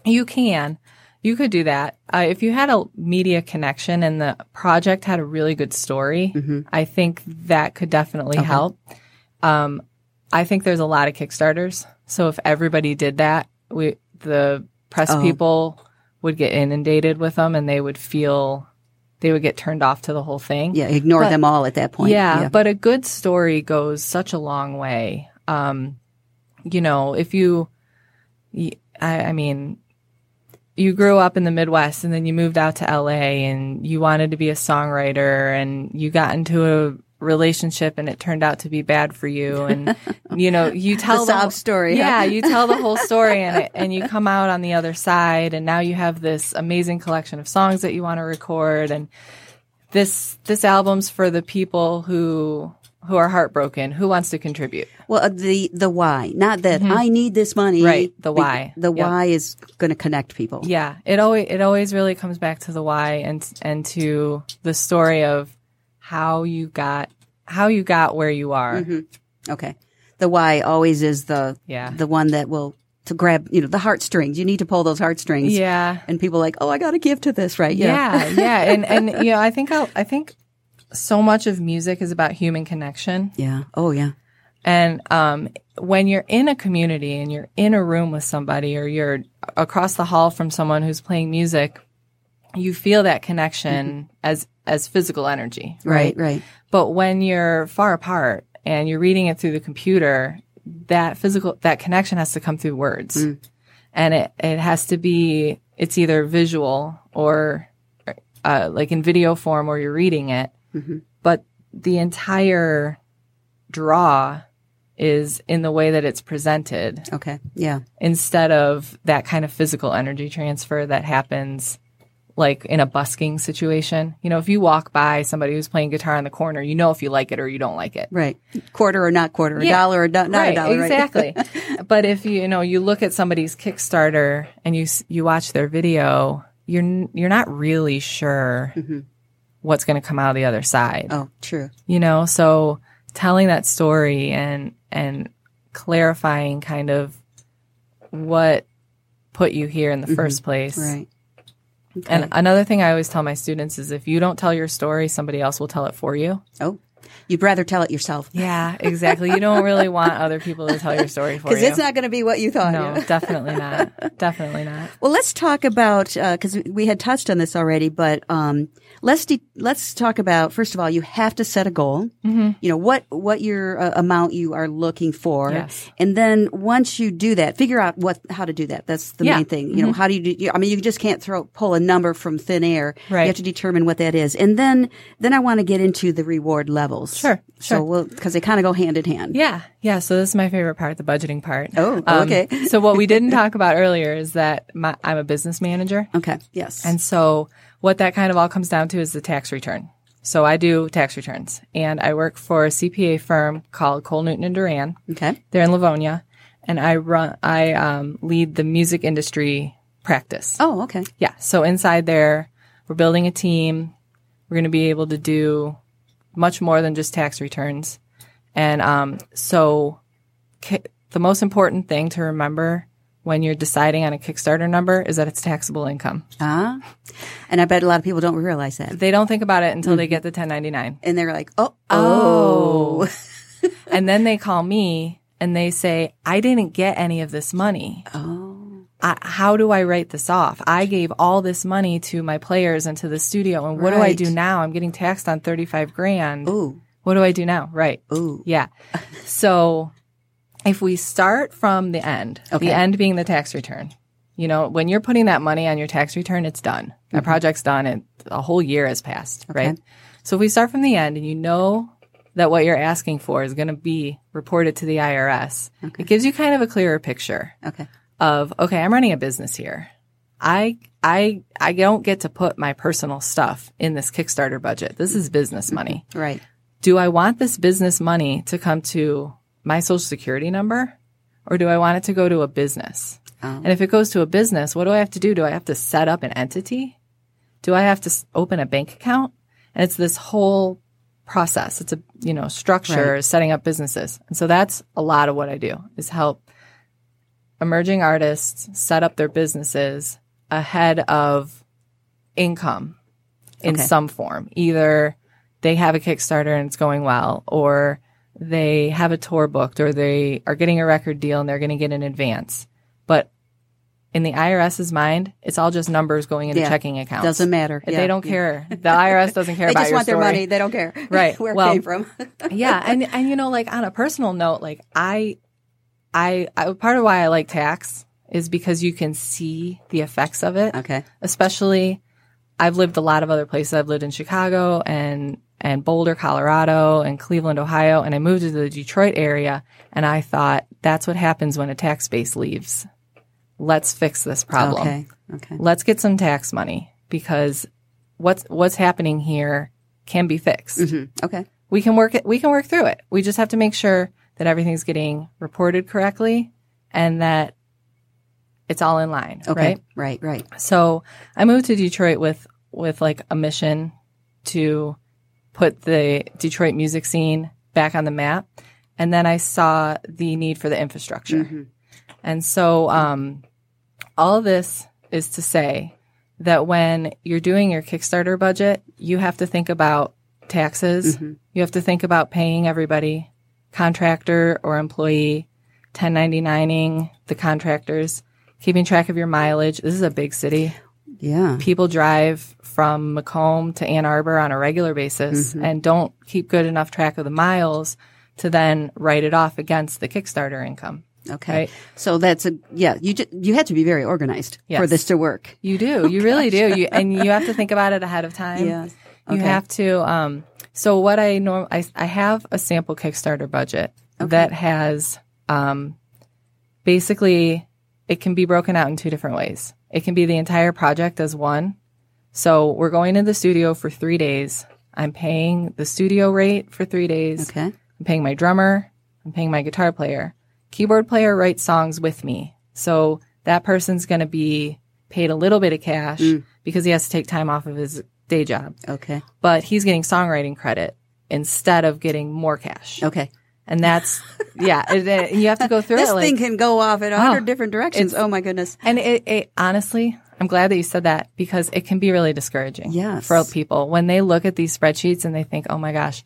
Speaker 3: You can. You could do that. Uh, if you had a media connection and the project had a really good story,
Speaker 2: Mm-hmm.
Speaker 3: I think that could definitely help. Um, I think there's a lot of Kickstarters. So if everybody did that, we, the press
Speaker 2: Oh.
Speaker 3: people would get inundated with them and they would feel they would get turned off to the whole thing.
Speaker 2: Yeah, ignore
Speaker 3: But-
Speaker 2: them all at that point.
Speaker 3: Yeah, but a good story goes such a long way. Um, you know, if you, y- I, I mean, you grew up in the Midwest and then you moved out to LA and you wanted to be a songwriter and you got into a relationship and it turned out to be bad for you and you know you tell
Speaker 2: The
Speaker 3: the
Speaker 2: sob
Speaker 3: whole-
Speaker 2: story, huh?
Speaker 3: yeah you tell the whole story and it, and you come out on the other side and now you have this amazing collection of songs that you want to record and this this album's for the people who who are heartbroken who wants to contribute
Speaker 2: Well, uh, the the why, not that I need this money.
Speaker 3: Mm-hmm. Right, the
Speaker 2: Be-
Speaker 3: why.
Speaker 2: The
Speaker 3: Yep.
Speaker 2: why is going to connect people.
Speaker 3: yeah it always it always really comes back to the why and and to the story of how you got how you got where you are
Speaker 2: Okay. The why always is the
Speaker 3: Yeah.
Speaker 2: the one that will to grab you know the heartstrings. You need to pull those heartstrings.
Speaker 3: yeah
Speaker 2: And people like, oh, I got to give to this, right?
Speaker 3: yeah yeah and and you know i think i i think so much of music is about human connection
Speaker 2: Yeah. Oh, yeah.
Speaker 3: And um, when you're in a community and you're in a room with somebody or you're across the hall from someone who's playing music, you feel that connection as as physical energy,
Speaker 2: Right. Right.
Speaker 3: But when you're far apart and you're reading it through the computer, that physical that connection has to come through words. And it it has to be it's either visual or uh, like in video form or you're reading it. But the entire draw is in the way that it's presented
Speaker 2: Okay. Yeah.
Speaker 3: instead of that kind of physical energy transfer that happens like in a busking situation. You know, if you walk by somebody who's playing guitar in the corner, you know if you like it or you don't like it.
Speaker 2: Right. Quarter or not quarter, a
Speaker 3: Yeah.
Speaker 2: dollar or not, not a dollar. right?
Speaker 3: exactly. but if you, you know you look at somebody's Kickstarter and you s- you watch their video, you're n- you're not really sure
Speaker 2: Mm-hmm.
Speaker 3: what's going to come out of the other side
Speaker 2: Oh, true.
Speaker 3: you know so telling that story and and clarifying kind of what put you here in the first place
Speaker 2: Right.
Speaker 3: and another thing i always tell my students is if you don't tell your story somebody else will tell it for you
Speaker 2: Oh, you'd rather tell it yourself
Speaker 3: yeah exactly you don't really want other people to tell your story for you
Speaker 2: because it's not going to be what you thought.
Speaker 3: no definitely not definitely not
Speaker 2: Well, let's talk about because we had touched on this already, but um, let's de- let's talk about first of all, you have to set a goal.
Speaker 3: Mm-hmm.
Speaker 2: You know what what your uh, amount you are looking for,
Speaker 3: Yes.
Speaker 2: and then once you do that, figure out what how to do that. That's the
Speaker 3: Yeah. Mm-hmm.
Speaker 2: main thing. You know how do you do? You, I mean, you just can't throw pull a number from thin air.
Speaker 3: Right.
Speaker 2: You have to determine what that is, and then then I want to get into the reward levels.
Speaker 3: Sure,
Speaker 2: So
Speaker 3: sure.
Speaker 2: we'll because they kind of go hand in hand.
Speaker 3: Yeah, yeah. So this is my favorite part, the budgeting part. Um,
Speaker 2: Oh, okay.
Speaker 3: so what we didn't talk about earlier is that my, I'm a business manager,
Speaker 2: Okay. Yes.
Speaker 3: and so what that kind of all comes down to is the tax return. So I do tax returns, and I work for a CPA firm called Cole Newton and Duran.
Speaker 2: okay.
Speaker 3: They're in Livonia, and I run, I um, lead the music industry practice.
Speaker 2: Oh, okay.
Speaker 3: Yeah. So inside there, we're building a team. We're going to be able to do much more than just tax returns. And um, so ki- the most important thing to remember when you're deciding on a Kickstarter number is that it's taxable income.
Speaker 2: Ah, and I bet a lot of people don't realize that.
Speaker 3: They don't think about it until they get the 1099.
Speaker 2: and they're like, oh, Mm-hmm. oh,
Speaker 3: and then they call me and they say, I didn't get any of this money.
Speaker 2: oh,
Speaker 3: I, how do I write this off? I gave all this money to my players and to the studio, and what do I
Speaker 2: Right.
Speaker 3: do now? I'm getting taxed on 35 grand.
Speaker 2: ooh,
Speaker 3: What do I do now? Right.
Speaker 2: oh, Ooh.
Speaker 3: Yeah. So if we start from the end,
Speaker 2: Okay.
Speaker 3: the end being the tax return, you know, when you're putting that money on your tax return, it's done. That project's done and a whole year has passed, right? So if we start from the end and you know that what you're asking for is going to be reported to the IRS, it gives you kind of a clearer picture
Speaker 2: Okay.
Speaker 3: of okay, I'm running a business here. I I I don't get to put my personal stuff in this Kickstarter budget. This is business money.
Speaker 2: Right.
Speaker 3: Do I want this business money to come to my social security number or do I want it to go to a business? And if it goes to a business, what do I have to do? Do I have to set up an entity? Do I have to s- open a bank account? And it's this whole process. It's a, you know, structure, setting up businesses. And so that's a lot of what I do is help emerging artists set up their businesses ahead of income in
Speaker 2: Okay.
Speaker 3: some form. Either they have a Kickstarter and it's going well, or they have a tour booked, or they are getting a record deal and they're going to get an advance. But in the IRS's mind, it's all just numbers going into
Speaker 2: Yeah.
Speaker 3: checking accounts.
Speaker 2: Doesn't matter.
Speaker 3: They
Speaker 2: Yeah.
Speaker 3: don't
Speaker 2: Yeah.
Speaker 3: care. The IRS doesn't care
Speaker 2: They
Speaker 3: about
Speaker 2: just
Speaker 3: your
Speaker 2: want their
Speaker 3: story
Speaker 2: money. They don't care
Speaker 3: Right.
Speaker 2: where
Speaker 3: Well,
Speaker 2: it came from.
Speaker 3: yeah and and you know like on a personal note like I, I i part of why i like tax is because you can see the effects of it
Speaker 2: okay.
Speaker 3: especially i've lived a lot of other places i've lived in chicago and and boulder colorado and cleveland ohio and i moved to the detroit area and i thought that's what happens when a tax base leaves let's fix this problem
Speaker 2: Okay. Okay.
Speaker 3: let's get some tax money because what's what's happening here can be fixed
Speaker 2: Mhm. Okay.
Speaker 3: we can work it we can work through it we just have to make sure that everything's getting reported correctly and that it's all in line
Speaker 2: Okay.
Speaker 3: right
Speaker 2: Right. Right.
Speaker 3: so i moved to detroit with with like a mission to put the detroit music scene back on the map and then i saw the need for the infrastructure
Speaker 2: Mhm.
Speaker 3: and so, um, all this is to say that when you're doing your Kickstarter budget, you have to think about taxes. You have to think about paying everybody, contractor or employee, 1099ing the contractors, keeping track of your mileage. This is a big city.
Speaker 2: Yeah.
Speaker 3: People drive from Macomb to Ann Arbor on a regular basis and don't keep good enough track of the miles to then write it off against the Kickstarter income.
Speaker 2: Okay.
Speaker 3: Right.
Speaker 2: So that's a yeah. You ju- you had to be very organized for
Speaker 3: Yes.
Speaker 2: this to work.
Speaker 3: You do. You really do. You, and you have to think about it ahead of time.
Speaker 2: Yes.
Speaker 3: You
Speaker 2: Okay.
Speaker 3: have to. Um, so what I norm I, I have a sample Kickstarter budget that has um, basically it can be broken out in two different ways. It can be the entire project as one. So we're going to the studio for three days. I'm paying the studio rate for three days.
Speaker 2: Okay.
Speaker 3: I'm paying my drummer. I'm paying my guitar player. Keyboard player writes songs with me. So that person's going to be paid a little bit of cash
Speaker 2: Mm.
Speaker 3: because he has to take time off of his day job.
Speaker 2: Okay.
Speaker 3: But he's getting songwriting credit instead of getting more cash.
Speaker 2: Okay.
Speaker 3: And that's, yeah, it, it- you have to go through
Speaker 2: This
Speaker 3: it. like-
Speaker 2: thing can go off in a hundred
Speaker 3: Oh,
Speaker 2: different directions. Oh my goodness.
Speaker 3: and it, it, honestly, I'm glad that you said that because it can be really discouraging
Speaker 2: Yes.
Speaker 3: for people when they look at these spreadsheets and they think, oh my gosh,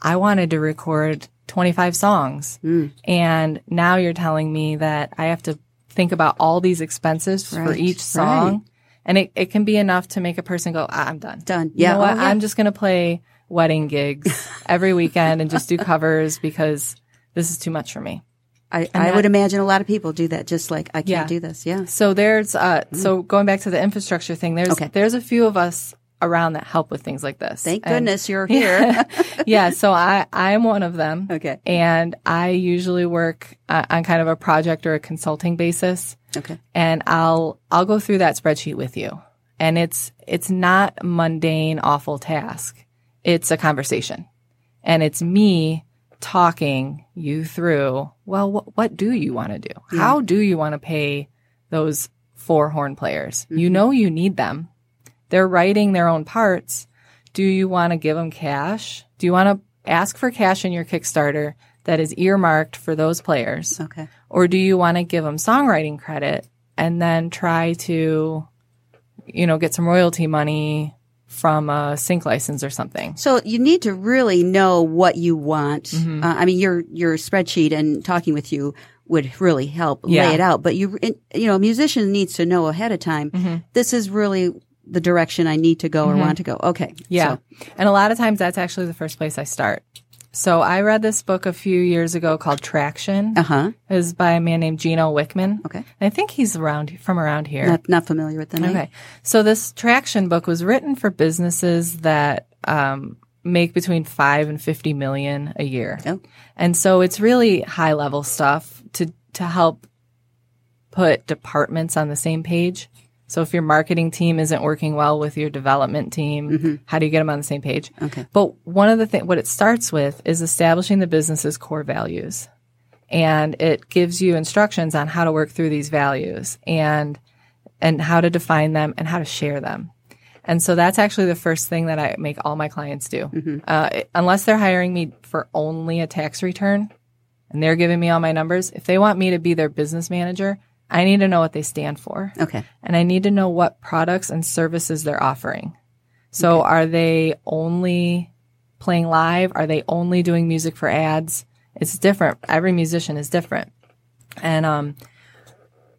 Speaker 3: I wanted to record 25 songs.
Speaker 2: Hmm.
Speaker 3: And now you're telling me that I have to think about all these expenses for
Speaker 2: Right,
Speaker 3: each song.
Speaker 2: right.
Speaker 3: And it, it can be enough to make a person go, "Ah, I'm done.
Speaker 2: Done.
Speaker 3: You
Speaker 2: Yeah.
Speaker 3: know what?
Speaker 2: Oh, yeah.
Speaker 3: I'm just going to play wedding gigs every weekend and just do covers because this is too much for me.
Speaker 2: I, I
Speaker 3: that-
Speaker 2: would imagine a lot of people do that. Just like I can't
Speaker 3: Yeah.
Speaker 2: do this. Yeah.
Speaker 3: So there's uh so going back to the infrastructure thing, there's
Speaker 2: Mm-hmm. Okay.
Speaker 3: there's a few of us around that help with things like this.
Speaker 2: Thank
Speaker 3: And-
Speaker 2: goodness you're here.
Speaker 3: yeah, so I I'm one of them.
Speaker 2: Okay.
Speaker 3: And I usually work uh, on kind of a project or a consulting basis
Speaker 2: okay.
Speaker 3: and I'll I'll go through that spreadsheet with you. And it's it's not mundane awful task. It's a conversation. And it's me talking you through, well wh- what do you want to do? How do you want to pay those four horn players? You know you need them. They're writing their own parts. Do you want to give them cash? Do you want to ask for cash in your Kickstarter that is earmarked for those players?
Speaker 2: Okay.
Speaker 3: or do you want to give them songwriting credit and then try to you know get some royalty money from a sync license or something
Speaker 2: So you need to really know what you want. Uh, I mean, your your spreadsheet and talking with you would really help
Speaker 3: Yeah.
Speaker 2: lay it out. But you and, you know, a musician needs to know ahead of time. This is really the direction I need to go or want to go. Okay.
Speaker 3: yeah
Speaker 2: So,
Speaker 3: and a lot of times that's actually the first place i start So I read this book a few years ago called Traction.
Speaker 2: Uh huh.
Speaker 3: It was by a man named Gino Wickman.
Speaker 2: Okay.
Speaker 3: I think he's around from around here.
Speaker 2: Not, not familiar with the name.
Speaker 3: Okay. So this traction book was written for businesses that um, make between five and fifty million a year,
Speaker 2: Oh.
Speaker 3: and so it's really high level stuff to to help put departments on the same page. So if your marketing team isn't working well with your development team, how do you get them on the same page?
Speaker 2: Okay.
Speaker 3: But one of the thing, what it starts with is establishing the business's core values, and it gives you instructions on how to work through these values and and how to define them and how to share them. And so that's actually the first thing that I make all my clients do, uh, it- unless they're hiring me for only a tax return, and they're giving me all my numbers. If they want me to be their business manager, I need to know what they stand for
Speaker 2: Okay.
Speaker 3: and I need to know what products and services they're offering. So are they only playing live? Are they only doing music for ads? It's different. Every musician is different. And um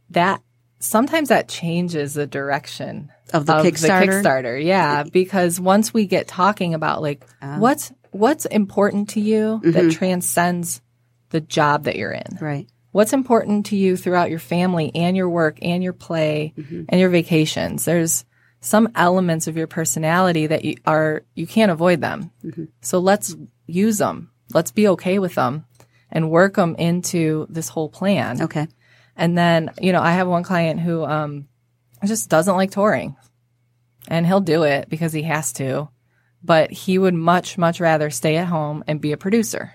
Speaker 3: that sometimes that changes the direction
Speaker 2: Of the Kickstarter?
Speaker 3: Kickstarter. Yeah, because once we get talking about like
Speaker 2: Oh.
Speaker 3: what's what's important to you
Speaker 2: Mm-hmm.
Speaker 3: that transcends the job that you're in
Speaker 2: Right.
Speaker 3: what's important to you throughout your family and your work and your play
Speaker 2: Mm-hmm.
Speaker 3: and your vacations there's some elements of your personality that you are you can't avoid them
Speaker 2: Mm-hmm.
Speaker 3: so let's use them let's be okay with them and work them into this whole plan
Speaker 2: Okay.
Speaker 3: and then, you know, I have one client who um just doesn't like touring. And he'll do it because he has to, but he would much much rather stay at home and be a producer.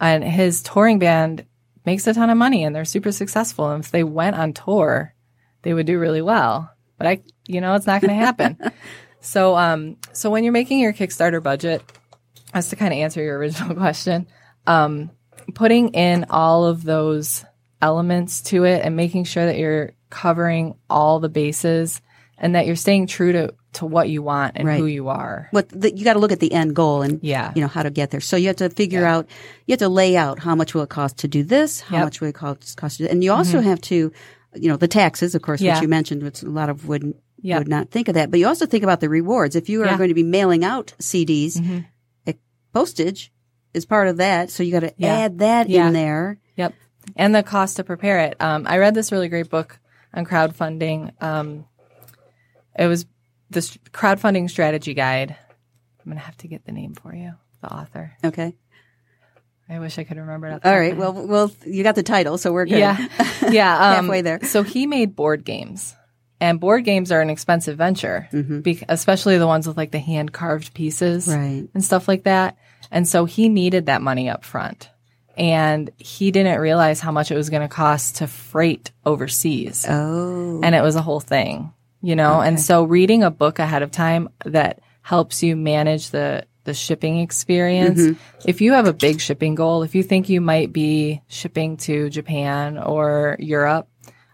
Speaker 3: And his touring band makes a ton of money and they're super successful and if they went on tour, they would do really well. But I, you know, it's not going to happen. so um so when you're making your Kickstarter budget, that's to kind of answer your original question. Um, putting in all of those elements to it and making sure that you're covering all the bases and that you're staying true to, to what you want and
Speaker 2: Right.
Speaker 3: who you are.
Speaker 2: What the, you got to look at the end goal and
Speaker 3: Yeah.
Speaker 2: you know how to get there. So you have to figure out, you have to lay out how much will it cost to do this, how
Speaker 3: Yep. Mm-hmm.
Speaker 2: much will it cost, cost to, do- and you also have to, you know, the taxes, of course,
Speaker 3: Yeah.
Speaker 2: which you mentioned, which a lot of would
Speaker 3: Yep.
Speaker 2: would not think of that. But you also think about the rewards. If you are
Speaker 3: Yeah. Mm-hmm.
Speaker 2: going to be mailing out CDs, eh, postage is part of that, so you got to
Speaker 3: Yeah.
Speaker 2: add that
Speaker 3: Yeah.
Speaker 2: in there.
Speaker 3: Yep. And the cost to prepare it. Um, I read this really great book on crowdfunding. Um, it was this crowdfunding strategy guide. I'm going to have to get the name for you, the author.
Speaker 2: Okay.
Speaker 3: I wish I could remember it. off the
Speaker 2: All
Speaker 3: top of
Speaker 2: right.
Speaker 3: my
Speaker 2: Well, well, you got the title, so we're good.
Speaker 3: Yeah, yeah, um,
Speaker 2: Halfway there.
Speaker 3: So he made board games, and board games are an expensive venture,
Speaker 2: Mm-hmm.
Speaker 3: bec- especially the ones with like the hand carved pieces
Speaker 2: Right.
Speaker 3: and stuff like that. And so he needed that money up front, and he didn't realize how much it was going to cost to freight overseas
Speaker 2: Oh.
Speaker 3: and it was a whole thing, you know. And so reading a book ahead of time that helps you manage the the shipping experience.
Speaker 2: Mm-hmm.
Speaker 3: If you have a big shipping goal, if you think you might be shipping to Japan or Europe,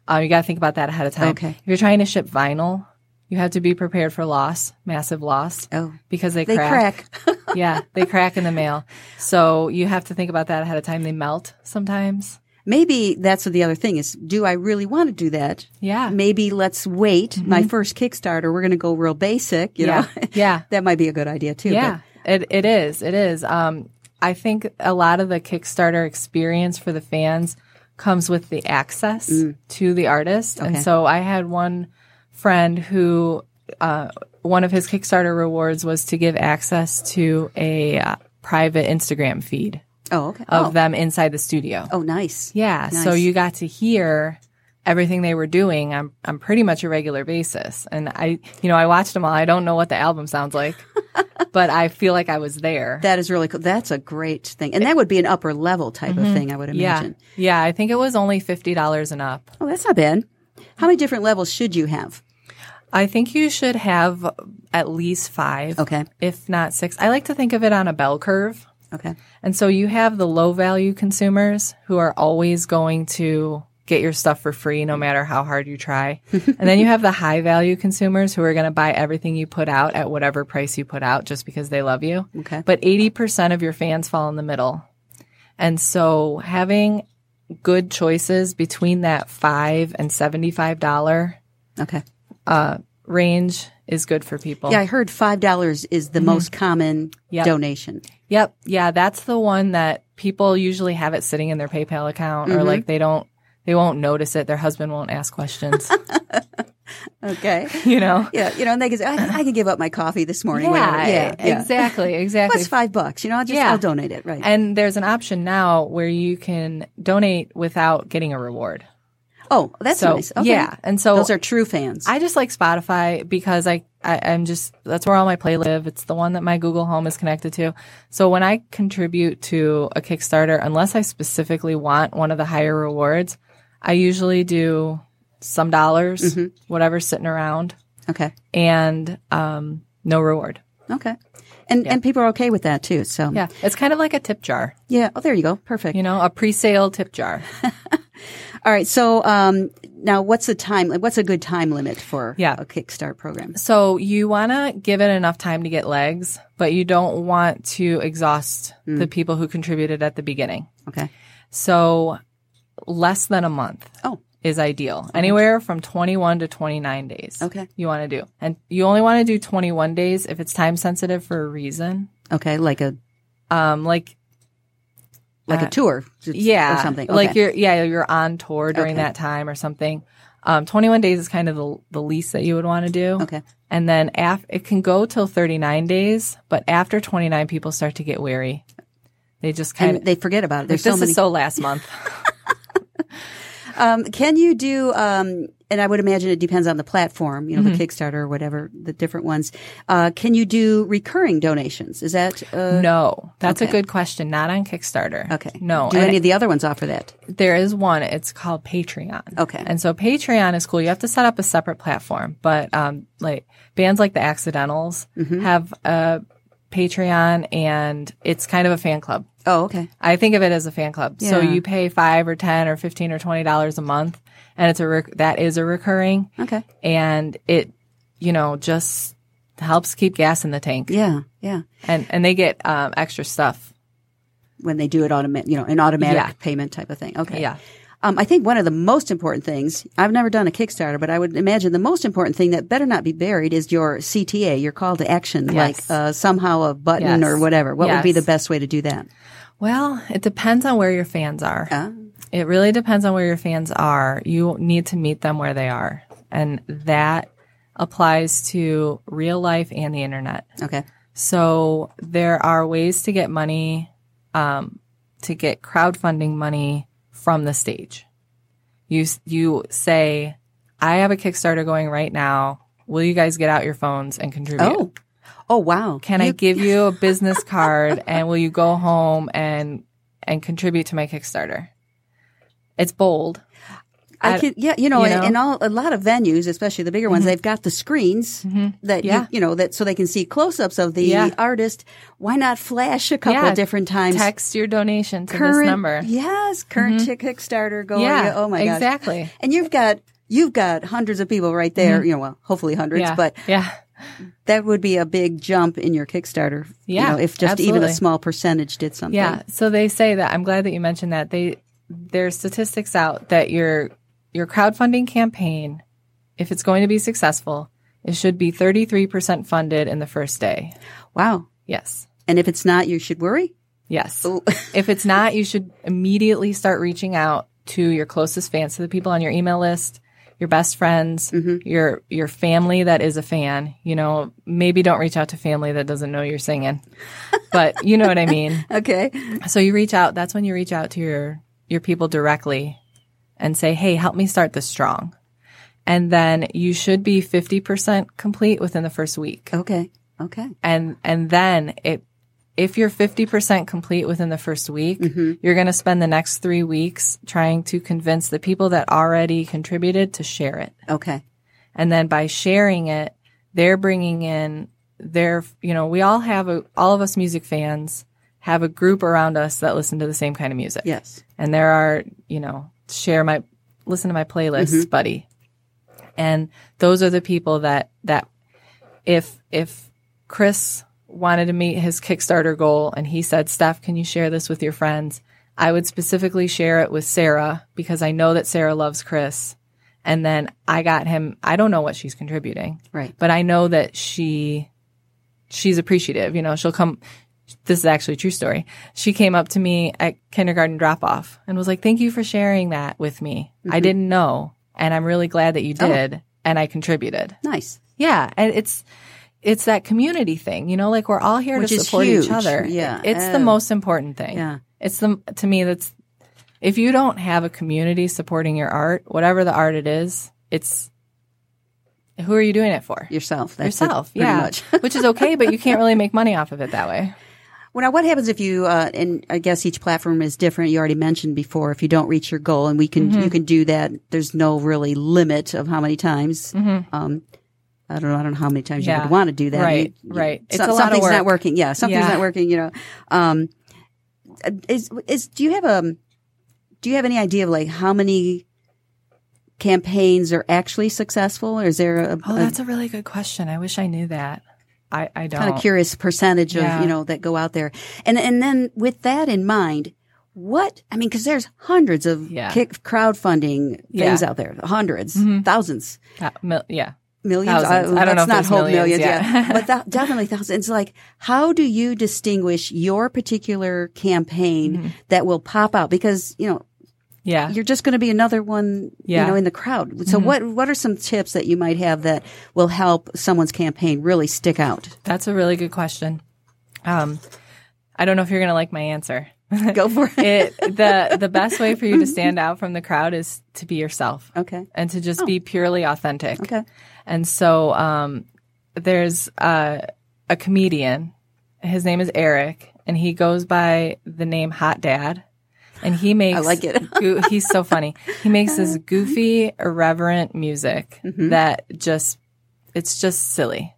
Speaker 3: um, you got to think about that ahead of time.
Speaker 2: Okay.
Speaker 3: If you're trying to ship vinyl, you have to be prepared for loss, massive loss,
Speaker 2: Oh.
Speaker 3: because they,
Speaker 2: They crack.
Speaker 3: yeah, they crack in the mail. So you have to think about that ahead of time. They melt sometimes.
Speaker 2: Maybe that's the other thing is, do I really want to do that?
Speaker 3: Yeah. Mm-hmm.
Speaker 2: Maybe let's wait. My first Kickstarter, we're going to go real basic. You
Speaker 3: yeah.
Speaker 2: know,
Speaker 3: Yeah.
Speaker 2: that might be a good idea too.
Speaker 3: Yeah, it, it is. It is. Um, I think a lot of the Kickstarter experience for the fans comes with the access to the artist. And
Speaker 2: Mm. Okay.
Speaker 3: so I had one friend who, uh, one of his Kickstarter rewards was to give access to a uh, private Instagram feed
Speaker 2: But, oh, okay.
Speaker 3: of
Speaker 2: oh.
Speaker 3: them inside the studio.
Speaker 2: oh, nice.
Speaker 3: Yeah. So
Speaker 2: Nice.
Speaker 3: you got to hear everything they were doing on, on pretty much a regular basis. And I, you know, I watched them all. I don't know what the album sounds like, but I feel like I was there.
Speaker 2: That is really cool. That's a great thing. And that would be an upper level type of thing, I would
Speaker 3: Mm-hmm. yeah.
Speaker 2: imagine.
Speaker 3: Yeah. I think it was only $50 and up.
Speaker 2: Oh, that's not bad. How many different levels should you have?
Speaker 3: I think you should have at least five.
Speaker 2: Okay.
Speaker 3: If not six. I like to think of it on a bell curve.
Speaker 2: Okay.
Speaker 3: And so you have the low value consumers who are always going to get your stuff for free no matter how hard you try. and then you have the high value consumers who are going to buy everything you put out at whatever price you put out just because they love you.
Speaker 2: Okay.
Speaker 3: But 80% of your fans fall in the middle. And so having good choices between that 5 and $75
Speaker 2: Okay.
Speaker 3: range is good for people.
Speaker 2: Yeah, I heard $5 is the most common
Speaker 3: Mm-hmm. Yep.
Speaker 2: donation.
Speaker 3: Yep. Yeah, that's the one that people usually have it sitting in their PayPal account or like they don't they won't notice it. Their husband won't ask questions,
Speaker 2: Okay.
Speaker 3: you know.
Speaker 2: Yeah, you know, and they can say, I, I could give up my coffee this morning. whatever.
Speaker 3: exactly, exactly.
Speaker 2: What's five bucks? You know, I'll just,
Speaker 3: Yeah.
Speaker 2: I'll donate it. Right.
Speaker 3: And there's an option now where you can donate without getting a reward.
Speaker 2: oh, that's
Speaker 3: so
Speaker 2: nice. Okay.
Speaker 3: yeah, and so
Speaker 2: Those are true fans.
Speaker 3: I just like Spotify because I, I I'm just that's where all my play live. It's the one that my Google Home is connected to. So when I contribute to a Kickstarter, unless I specifically want one of the higher rewards, I usually do some dollars, whatever's sitting around,
Speaker 2: okay.
Speaker 3: and um, no reward.
Speaker 2: Okay. And and people are okay with that too. So
Speaker 3: Yeah, it's kind of like a tip jar,
Speaker 2: Yeah. Oh, there you go. Perfect.
Speaker 3: you know, a pre-sale tip jar.
Speaker 2: All right. So um, now, what's the time? What's a good time limit for
Speaker 3: Yeah.
Speaker 2: a Kickstart program?
Speaker 3: So you want to give it enough time to get legs, but you don't want to exhaust the people who contributed at the beginning.
Speaker 2: Okay.
Speaker 3: So less than a month
Speaker 2: Oh,
Speaker 3: is ideal. Anywhere from 21 to 29 days.
Speaker 2: Okay.
Speaker 3: You want to do. And you only want to do 21 days if it's time sensitive for a reason.
Speaker 2: okay. Like a
Speaker 3: Um like
Speaker 2: like a tour.
Speaker 3: Uh, yeah,
Speaker 2: Or something.
Speaker 3: Like
Speaker 2: Okay.
Speaker 3: you're yeah, you're on tour during
Speaker 2: Okay.
Speaker 3: that time or something. Um 21 days is kind of the the least that you would want to do.
Speaker 2: okay.
Speaker 3: And then af- it can go till 39 days, but after 29 people start to get weary. They just kind
Speaker 2: And
Speaker 3: of
Speaker 2: they forget about it. There's
Speaker 3: this
Speaker 2: so many.
Speaker 3: is so last month.
Speaker 2: um, can you do? Um, and I would imagine it depends on the platform. You know,
Speaker 3: Mm-hmm.
Speaker 2: the Kickstarter or whatever the different ones. Uh, can you do recurring donations? Is that uh,
Speaker 3: No, that's a
Speaker 2: Okay.
Speaker 3: good question. Not on Kickstarter.
Speaker 2: okay?
Speaker 3: No,
Speaker 2: Do
Speaker 3: and
Speaker 2: any of the other ones offer that?
Speaker 3: there is one. It's called Patreon.
Speaker 2: Okay.
Speaker 3: And so Patreon is cool. You have to set up a separate platform, but um, like bands like the Accidentals
Speaker 2: Mm-hmm.
Speaker 3: have a Patreon, and it's kind of a fan club.
Speaker 2: Oh, okay.
Speaker 3: I think of it as a fan club. So
Speaker 2: Yeah.
Speaker 3: you pay five or ten or fifteen or twenty dollars a month, and it's a rec- that is a recurring,
Speaker 2: Okay.
Speaker 3: and it you know just helps keep gas in the tank,
Speaker 2: Yeah. Yeah.
Speaker 3: and and they get um, extra stuff.
Speaker 2: when they do it automatic, you know, an automatic
Speaker 3: Yeah.
Speaker 2: payment type of thing. Okay.
Speaker 3: Yeah.
Speaker 2: Um, I think one of the most important things, I've never done a Kickstarter, but I would imagine the most important thing that better not be buried is your CTA, your call to action,
Speaker 3: Yes.
Speaker 2: like uh, somehow a button
Speaker 3: Yes.
Speaker 2: or whatever. What would be
Speaker 3: Yes.
Speaker 2: the best way to do that?
Speaker 3: Well, it depends on where your fans are.
Speaker 2: Uh,
Speaker 3: It really depends on where your fans are. You need to meet them where they are. And that applies to real life and the internet.
Speaker 2: okay.
Speaker 3: So there are ways to get money, um, to get crowdfunding money from the stage. You, s- you say, I have a Kickstarter going right now. Will you guys get out your phones and contribute?
Speaker 2: Oh. Oh, wow.
Speaker 3: Can I
Speaker 2: You-
Speaker 3: give you a business card and will you go home and and contribute to my Kickstarter? It's bold.
Speaker 2: I
Speaker 3: I-
Speaker 2: can, yeah, you know,
Speaker 3: you
Speaker 2: in-
Speaker 3: know? Mm-hmm.
Speaker 2: in all a lot of venues, especially the bigger ones, they've got the screens that you-
Speaker 3: Yeah.
Speaker 2: you, know that so they can see close-ups of the
Speaker 3: Yeah.
Speaker 2: artist. Why not flash a couple
Speaker 3: Yeah.
Speaker 2: different times?
Speaker 3: Text your donation to this number. Mm-hmm.
Speaker 2: Yes, current tick Kickstarter going.
Speaker 3: Yeah,
Speaker 2: Yeah, oh my gosh.
Speaker 3: exactly.
Speaker 2: And you've got you've got hundreds of people right there. You know, well, hopefully hundreds,
Speaker 3: Mm-hmm. Yeah.
Speaker 2: but
Speaker 3: yeah.
Speaker 2: that would be a big jump in your Kickstarter.
Speaker 3: Yeah,
Speaker 2: you know, if just even a
Speaker 3: absolutely.
Speaker 2: small percentage did something.
Speaker 3: Yeah. So they say that I'm glad that you mentioned that. They there's statistics out that your your crowdfunding campaign, if it's going to be successful, it should be thirty three percent funded in the first day.
Speaker 2: Wow.
Speaker 3: Yes.
Speaker 2: And if it's not, you should worry. Oh,
Speaker 3: Yes.
Speaker 2: Ooh.
Speaker 3: if it's not, you should immediately start reaching out to your closest fans, to the people on your email list, your best friends, your your family that is a fan. You know, maybe don't reach out to family that doesn't know you're singing, but you know what I mean.
Speaker 2: okay.
Speaker 3: So you reach out. That's when you reach out to your your people directly and say, "Hey, help me start this strong." And then you should be fifty percent complete within the first week
Speaker 2: Okay. Okay.
Speaker 3: and and then it if you're 50% complete within the first week you're going to spend the next three weeks trying to convince the people that already contributed to share it
Speaker 2: Okay.
Speaker 3: and then by sharing it they're bringing in their you know we all have a all of us music fans have a group around us that listen to the same kind of music
Speaker 2: Yes.
Speaker 3: and there are you know share my listen to my playlists buddy and those are the people that that if if chris wanted to meet his kickstarter goal and he said steph can you share this with your friends i would specifically share it with sarah because i know that sarah loves chris and then i got him i don't know what she's contributing
Speaker 2: Right.
Speaker 3: but I know that she she's appreciative. You know, she'll come this is actually a true story. She came up to me at kindergarten drop off and was like, Thank you for sharing that with me. I didn't know. And I'm really glad that you
Speaker 2: Mm-hmm. Oh.
Speaker 3: did and I contributed.
Speaker 2: Nice.
Speaker 3: Yeah. And it's, it's that community thing, you know, like we're all here
Speaker 2: Which
Speaker 3: to
Speaker 2: is
Speaker 3: support
Speaker 2: huge.
Speaker 3: each other.
Speaker 2: Yeah.
Speaker 3: It's the
Speaker 2: Oh.
Speaker 3: most important thing.
Speaker 2: Yeah.
Speaker 3: It's the, to me, that's, if you don't have a community supporting your art, whatever the art it is, it's, who are you doing it for?
Speaker 2: Yourself. That's it,
Speaker 3: Yourself.
Speaker 2: pretty
Speaker 3: yeah.
Speaker 2: much.
Speaker 3: which is okay, but you can't really make money off of it that way.
Speaker 2: Well, now, what happens if you, uh, and I guess each platform is different. You already mentioned before, if you don't reach your goal, and we can,
Speaker 3: Mm-hmm.
Speaker 2: you can do that. There's no really limit of how many times.
Speaker 3: Mm-hmm.
Speaker 2: Um, I don't know. I don't know how many times you
Speaker 3: Yeah.
Speaker 2: would want to do that.
Speaker 3: Right,
Speaker 2: You-
Speaker 3: right.
Speaker 2: so-
Speaker 3: It's a lot of
Speaker 2: something's not
Speaker 3: work.
Speaker 2: working. Yeah. Something's
Speaker 3: Yeah.
Speaker 2: not working. You know. Um, is is do you have a do you have any idea of like how many campaigns are actually successful? Or is there a,
Speaker 3: Oh, that's a really good question. I wish I knew that. I, I don't.
Speaker 2: kind of curious percentage of
Speaker 3: Yeah.
Speaker 2: you know that go out there and and then with that in mind what i mean because there's hundreds of
Speaker 3: Yeah.
Speaker 2: kick crowdfunding things
Speaker 3: Yeah.
Speaker 2: out there 100s thousands
Speaker 3: Uh, mil- yeah.
Speaker 2: millions
Speaker 3: Thousands. I don't
Speaker 2: let's
Speaker 3: know if
Speaker 2: not
Speaker 3: there's
Speaker 2: hope
Speaker 3: millions, yeah.
Speaker 2: but that, definitely thousands it's like how do you distinguish your particular campaign
Speaker 3: Mm-hmm.
Speaker 2: that will pop out because you know
Speaker 3: Yeah.
Speaker 2: you're just going to be another one
Speaker 3: Yeah. Mm-hmm.
Speaker 2: you know in the crowd so what what are some tips that you might have that will help someone's campaign really stick out
Speaker 3: That's a really good question. Um, I don't know if you're going to like my answer.
Speaker 2: go for it
Speaker 3: It, the the best way for you to stand out from the crowd is to be yourself
Speaker 2: okay
Speaker 3: and to just be purely authentic.
Speaker 2: Oh. Okay.
Speaker 3: And so um, there's uh, a comedian. His name is Eric, and he goes by the name Hot Dad. And he makes
Speaker 2: like it.
Speaker 3: goo- he's so funny. He makes this goofy, irreverent music
Speaker 2: Mm-hmm.
Speaker 3: that just it's just silly.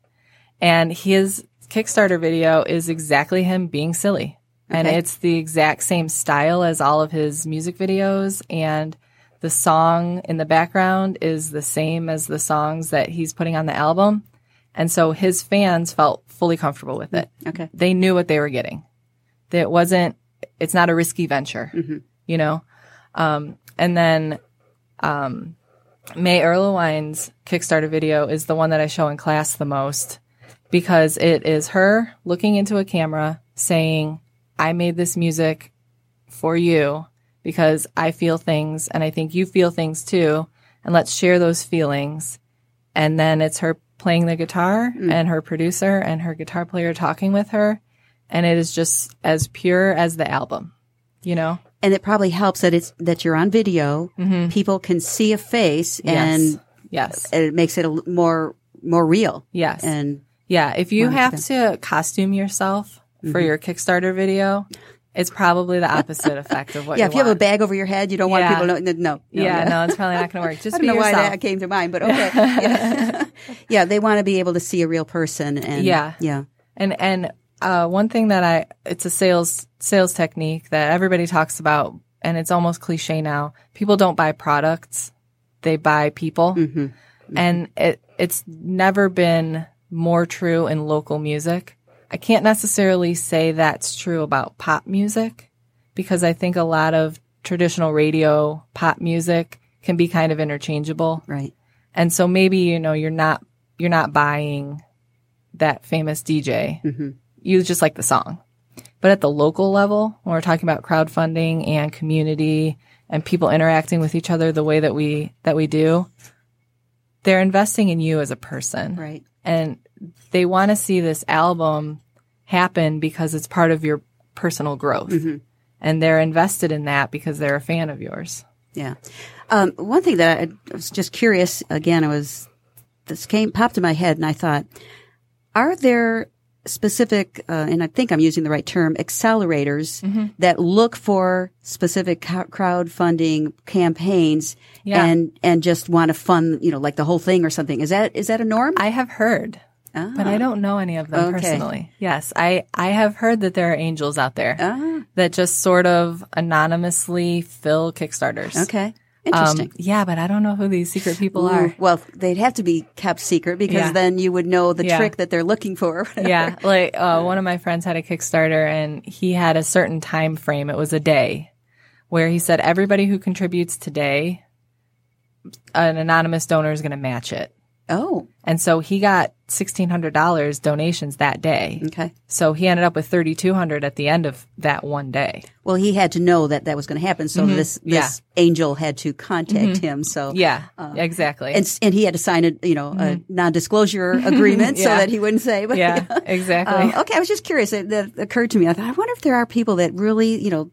Speaker 3: And his Kickstarter video is exactly him being silly. And
Speaker 2: Okay.
Speaker 3: it's the exact same style as all of his music videos and the song in the background is the same as the songs that he's putting on the album. And so his fans felt fully comfortable with it.
Speaker 2: Okay.
Speaker 3: They knew what they were getting. That it wasn't it's not a risky venture, you know. Um, and then um, May Erlewine's Kickstarter video is the one that I show in class the most because it is her looking into a camera saying, "I made this music for you because I feel things and I think you feel things too, and let's share those feelings." And then it's her playing the guitar
Speaker 2: Mm.
Speaker 3: and her producer and her guitar player talking with her and it is just as pure as the album, you know? Mm-hmm.
Speaker 2: and it probably helps that it's that you're on video. People can see a face, and
Speaker 3: yes. Yes.
Speaker 2: it makes it a l more more real.
Speaker 3: Yes.
Speaker 2: And
Speaker 3: Yeah, if you have to costume yourself
Speaker 2: Mm-hmm.
Speaker 3: for your Kickstarter video, it's probably the opposite effect of what
Speaker 2: yeah,
Speaker 3: you
Speaker 2: if you have a
Speaker 3: want.
Speaker 2: bag over your head, you don't want
Speaker 3: Yeah.
Speaker 2: people to know. No, no
Speaker 3: yeah,
Speaker 2: no.
Speaker 3: no, it's probably not going to work. Just
Speaker 2: I don't
Speaker 3: be
Speaker 2: know why
Speaker 3: yourself.
Speaker 2: that came to mind, but okay. yeah. Yeah, they want to be able to see a real person, and
Speaker 3: Yeah.
Speaker 2: yeah,
Speaker 3: And and uh, one thing that I it's a sales sales technique that everybody talks about, and it's almost cliche now. People don't buy products; they buy people,
Speaker 2: Mm-hmm.
Speaker 3: and it it's never been more true in local music. I can't necessarily say that's true about pop music because I think a lot of traditional radio pop music can be kind of interchangeable
Speaker 2: right.
Speaker 3: and so maybe you know you're not you're not buying that famous DJ. You just like the song, but at the local level, when we're talking about crowdfunding and community and people interacting with each other the way that we that we do, they're investing in you as a person,
Speaker 2: Right.
Speaker 3: And they want to see this album happen because it's part of your personal growth, and they're invested in that because they're a fan of yours.
Speaker 2: Yeah. Um, one thing that I, I was just curious again, it was this came popped in my head, and I thought, are there specific, uh, and I think I'm using the right term, accelerators
Speaker 3: Mm-hmm.
Speaker 2: that look for specific co- crowdfunding campaigns
Speaker 3: Yeah.
Speaker 2: and and just want to fund, you know, like the whole thing or something? Is that is that a norm?
Speaker 3: I have heard, but I don't know any of them
Speaker 2: Ah. Okay.
Speaker 3: personally. Yes, I, I have heard that there are angels out there
Speaker 2: Ah.
Speaker 3: that just sort of anonymously fill Kickstarters.
Speaker 2: okay,
Speaker 3: Um,
Speaker 2: interesting.
Speaker 3: yeah, but I don't know who these secret people
Speaker 2: Ooh,
Speaker 3: are.
Speaker 2: Well, they'd have to be kept secret because
Speaker 3: Yeah.
Speaker 2: then you would know the
Speaker 3: Yeah.
Speaker 2: trick that they're looking for.
Speaker 3: Yeah, like uh, one of my friends had a Kickstarter and he had a certain time frame. It was a day where he said everybody who contributes today, an anonymous donor is going to match it.
Speaker 2: Oh,
Speaker 3: And so he got $1,600 donations that day.
Speaker 2: okay.
Speaker 3: So he ended up with 3,200 at the end of that one day.
Speaker 2: Well, he had to know that that was going to happen. So this,
Speaker 3: Mm-hmm. Yeah. Mm-hmm.
Speaker 2: this angel had to contact him. So
Speaker 3: Yeah, Uh, exactly.
Speaker 2: And, s- and he had to sign a you know a non-disclosure agreement so
Speaker 3: Yeah.
Speaker 2: that he wouldn't say. But,
Speaker 3: yeah, exactly.
Speaker 2: Uh, okay, I was just curious. It, that occurred to me. I thought, I wonder if there are people that really, you know,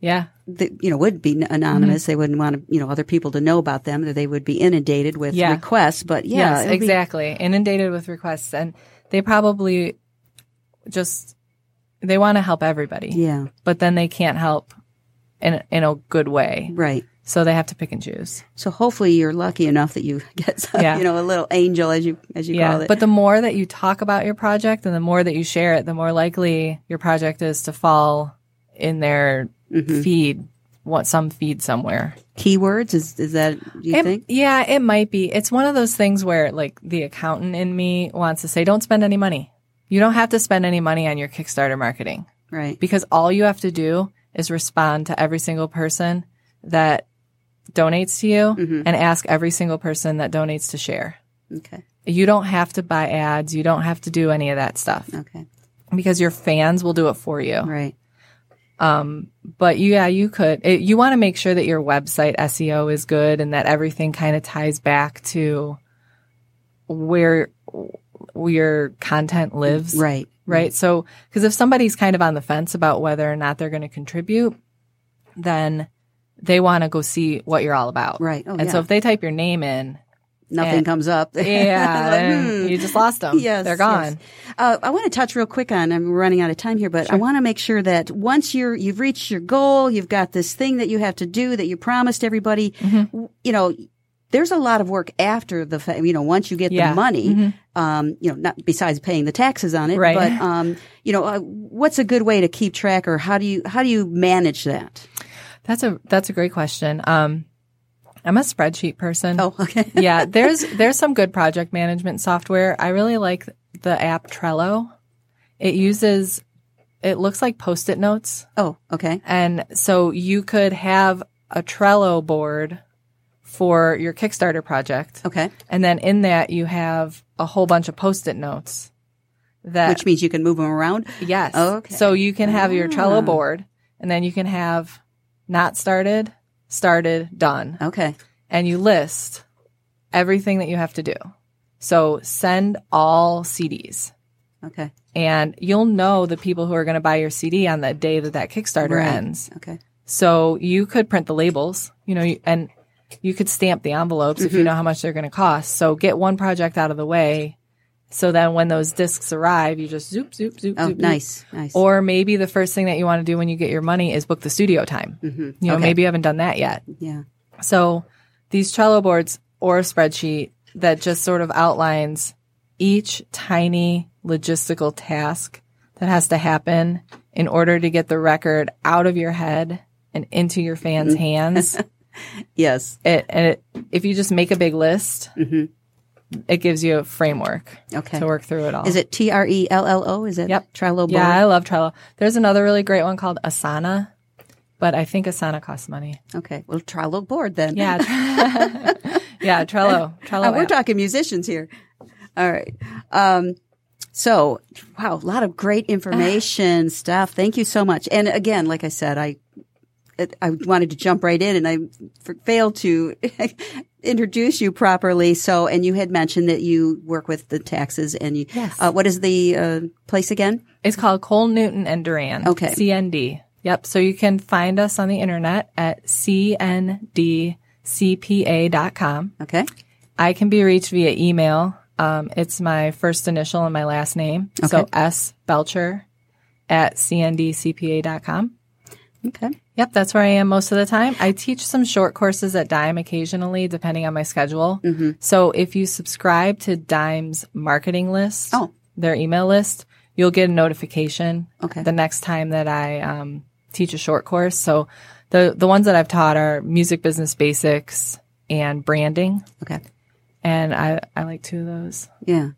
Speaker 3: yeah.
Speaker 2: that you know would be n-
Speaker 3: Mm-hmm.
Speaker 2: anonymous. They wouldn't want to, you know other people to know about them. That they would be inundated with
Speaker 3: Yeah.
Speaker 2: requests. But yeah, it
Speaker 3: yes,
Speaker 2: would be-
Speaker 3: exactly. Inundated with requests. And they probably just, they want to help everybody,
Speaker 2: yeah,
Speaker 3: but then they can't help in, in a good way.
Speaker 2: right.
Speaker 3: So they have to pick and choose.
Speaker 2: So hopefully you're lucky enough that you get some,
Speaker 3: Yeah.
Speaker 2: you know a little angel as you as you call
Speaker 3: Yeah.
Speaker 2: it.
Speaker 3: But the more that you talk about your project and the more that you share it, the more likely your project is to fall in their feed, what some feed somewhere.
Speaker 2: Mm-hmm. keywords is is that you
Speaker 3: It-
Speaker 2: think?
Speaker 3: Yeah, it might be. It's one of those things where like the accountant in me wants to say, don't spend any money. You don't have to spend any money on your Kickstarter marketing
Speaker 2: Right.
Speaker 3: because all you have to do is respond to every single person that donates to you
Speaker 2: Mm-hmm.
Speaker 3: and ask every single person that donates to share.
Speaker 2: Okay.
Speaker 3: You don't have to buy ads. You don't have to do any of that stuff
Speaker 2: Okay.
Speaker 3: because your fans will do it for you.
Speaker 2: Right.
Speaker 3: But you- yeah, you could. It, you want to make sure that your website SEO is good and that everything kind of ties back to where where your content lives.
Speaker 2: Right.
Speaker 3: Right. So, because if somebody's kind of on the fence about whether or not they're going to contribute, then they want to go see what you're all about.
Speaker 2: Right. Oh,
Speaker 3: and so
Speaker 2: yeah.
Speaker 3: if they type your name in,
Speaker 2: Nothing
Speaker 3: And-
Speaker 2: comes up.
Speaker 3: yeah,
Speaker 2: Like,
Speaker 3: then
Speaker 2: hmm.
Speaker 3: you just lost them.
Speaker 2: Yes,
Speaker 3: They're gone.
Speaker 2: yes. Uh, I want to touch real quick on. I'm running out of time here, but I want to make sure that once you're you've reached your goal, you've got this thing that you have to do that you promised everybody.
Speaker 3: Mm-hmm.
Speaker 2: w- You know, there's a lot of work after the fa- you know once you get
Speaker 3: Yeah. Mm-hmm.
Speaker 2: the money. Um, you know, not besides paying the taxes on it,
Speaker 3: Right.
Speaker 2: but um, you know, uh, what's a good way to keep track, or how do you how do you manage that?
Speaker 3: That's a that's a great question. Um, I'm a spreadsheet person.
Speaker 2: Oh, okay,
Speaker 3: yeah, there's there's some good project management software. I really like the app Trello. It uses it looks like post-it notes
Speaker 2: oh, okay,
Speaker 3: and so you could have a Trello board for your Kickstarter project.
Speaker 2: okay,
Speaker 3: And then in that you have a whole bunch of post-it notes that
Speaker 2: which means you can move them around.
Speaker 3: Yes.
Speaker 2: Okay.
Speaker 3: So you can have your
Speaker 2: Ah.
Speaker 3: Trello board and then you can have not started, started, done.
Speaker 2: Okay,
Speaker 3: And you list everything that you have to do. So send all CDs
Speaker 2: okay,
Speaker 3: and you'll know the people who are going to buy your CD on the day that that Kickstarter
Speaker 2: Right.
Speaker 3: ends.
Speaker 2: okay,
Speaker 3: So you could print the labels, you know, you- and you could stamp the envelopes if
Speaker 2: Mm-hmm.
Speaker 3: you know how much they're going to cost. So get one project out of the way. So then when those discs arrive, you just zoop, zoop, zoop,
Speaker 2: oh,
Speaker 3: zoop, zoop.
Speaker 2: nice, nice,
Speaker 3: Or maybe the first thing that you want to do when you get your money is book the studio time. You know,
Speaker 2: Mm-hmm. Okay.
Speaker 3: maybe you haven't done that yet.
Speaker 2: yeah,
Speaker 3: So these Trello boards or a spreadsheet that just sort of outlines each tiny logistical task that has to happen in order to get the record out of your head and into your fans'
Speaker 2: Mm-hmm.
Speaker 3: hands.
Speaker 2: yes,
Speaker 3: It, and it, if you just make a big list, it gives you a framework
Speaker 2: Mm-hmm. okay.
Speaker 3: to work through it all.
Speaker 2: Is it T R E L L O? Is it
Speaker 3: Yep.
Speaker 2: Trello board?
Speaker 3: Yeah, I love Trello. There's another really great one called Asana, but I think Asana costs money.
Speaker 2: Okay. Well, Trello board then.
Speaker 3: Yeah, Tre- yeah, Trello, Trello.
Speaker 2: Uh, we're
Speaker 3: app.
Speaker 2: talking musicians here. All right. Um, so, wow, a lot of great information stuff. Thank you so much. And again, like I said, I it- I wanted to jump right in, and I f- failed to introduce you properly. So, and you had mentioned that you work with the taxes, and you.
Speaker 3: Yes.
Speaker 2: Uh, what is the uh, place again?
Speaker 3: It's called Cole Newton and Duran.
Speaker 2: Okay.
Speaker 3: CND. Yep. So you can find us on the internet at cndcpa.com.
Speaker 2: Okay.
Speaker 3: I can be reached via email. Um, it's my first initial and my last name. So
Speaker 2: Okay.
Speaker 3: S Belcher at cndcpa.com.
Speaker 2: Okay.
Speaker 3: Yep, that's where I am most of the time. I teach some short courses at Dime occasionally, depending on my schedule.
Speaker 2: Mm-hmm.
Speaker 3: So if you subscribe to Dime's marketing list,
Speaker 2: Oh.
Speaker 3: their email list, you'll get a notification
Speaker 2: Okay.
Speaker 3: the next time that I um, teach a short course. So the the ones that I've taught are music business basics and branding,
Speaker 2: Okay.
Speaker 3: and I I like two of those.
Speaker 2: Yeah.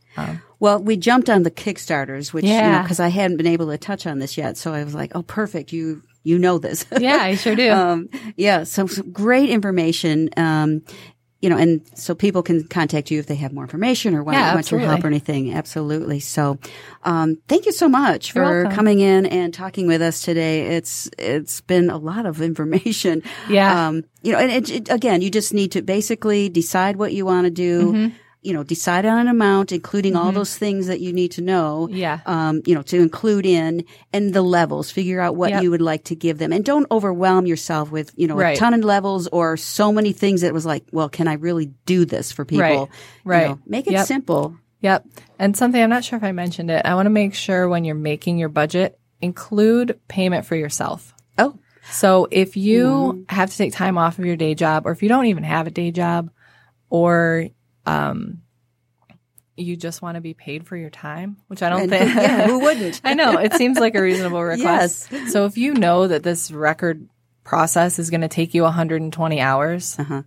Speaker 2: well, we jumped on the Kickstarters, which you know,
Speaker 3: Yeah.
Speaker 2: because I hadn't been able to touch on this yet, so I was like, "Oh, perfect! You you know this." Uh.
Speaker 3: Yeah, I sure do.
Speaker 2: um, yeah, some, some great information. Um, you know, and so people can contact you if they have more information or want,
Speaker 3: Yeah,
Speaker 2: want your
Speaker 3: absolutely.
Speaker 2: help or anything. Absolutely. So, um, thank you so much
Speaker 3: You're
Speaker 2: for
Speaker 3: welcome.
Speaker 2: coming in and talking with us today. It's, it's been a lot of information.
Speaker 3: Yeah.
Speaker 2: Um, you know, and it, it- again, you just need to basically decide what you want to do.
Speaker 3: Mm-hmm.
Speaker 2: You know, decide on an amount, including all those things that you need to know
Speaker 3: Yeah.
Speaker 2: um, you know, to include in and the levels, figure out what
Speaker 3: Yep.
Speaker 2: you would like to give them and don't overwhelm yourself with, you know, a
Speaker 3: Right.
Speaker 2: ton of levels or so many things that it was like, well, can I really do this for people?
Speaker 3: Right.
Speaker 2: You
Speaker 3: Right.
Speaker 2: know, make it
Speaker 3: Yep.
Speaker 2: simple.
Speaker 3: Yep. And something I'm not sure if I mentioned it. I want to make sure when you're making your budget, include payment for yourself.
Speaker 2: Oh,
Speaker 3: So if you
Speaker 2: Mm-hmm.
Speaker 3: have to take time off of your day job, or if you don't even have a day job, or um, you just want to be paid for your time, which I don't
Speaker 2: and
Speaker 3: think.
Speaker 2: yeah, who wouldn't?
Speaker 3: I know it seems like a reasonable request. So if you know that this record process is going to take you 120 hours,
Speaker 2: Uh-huh.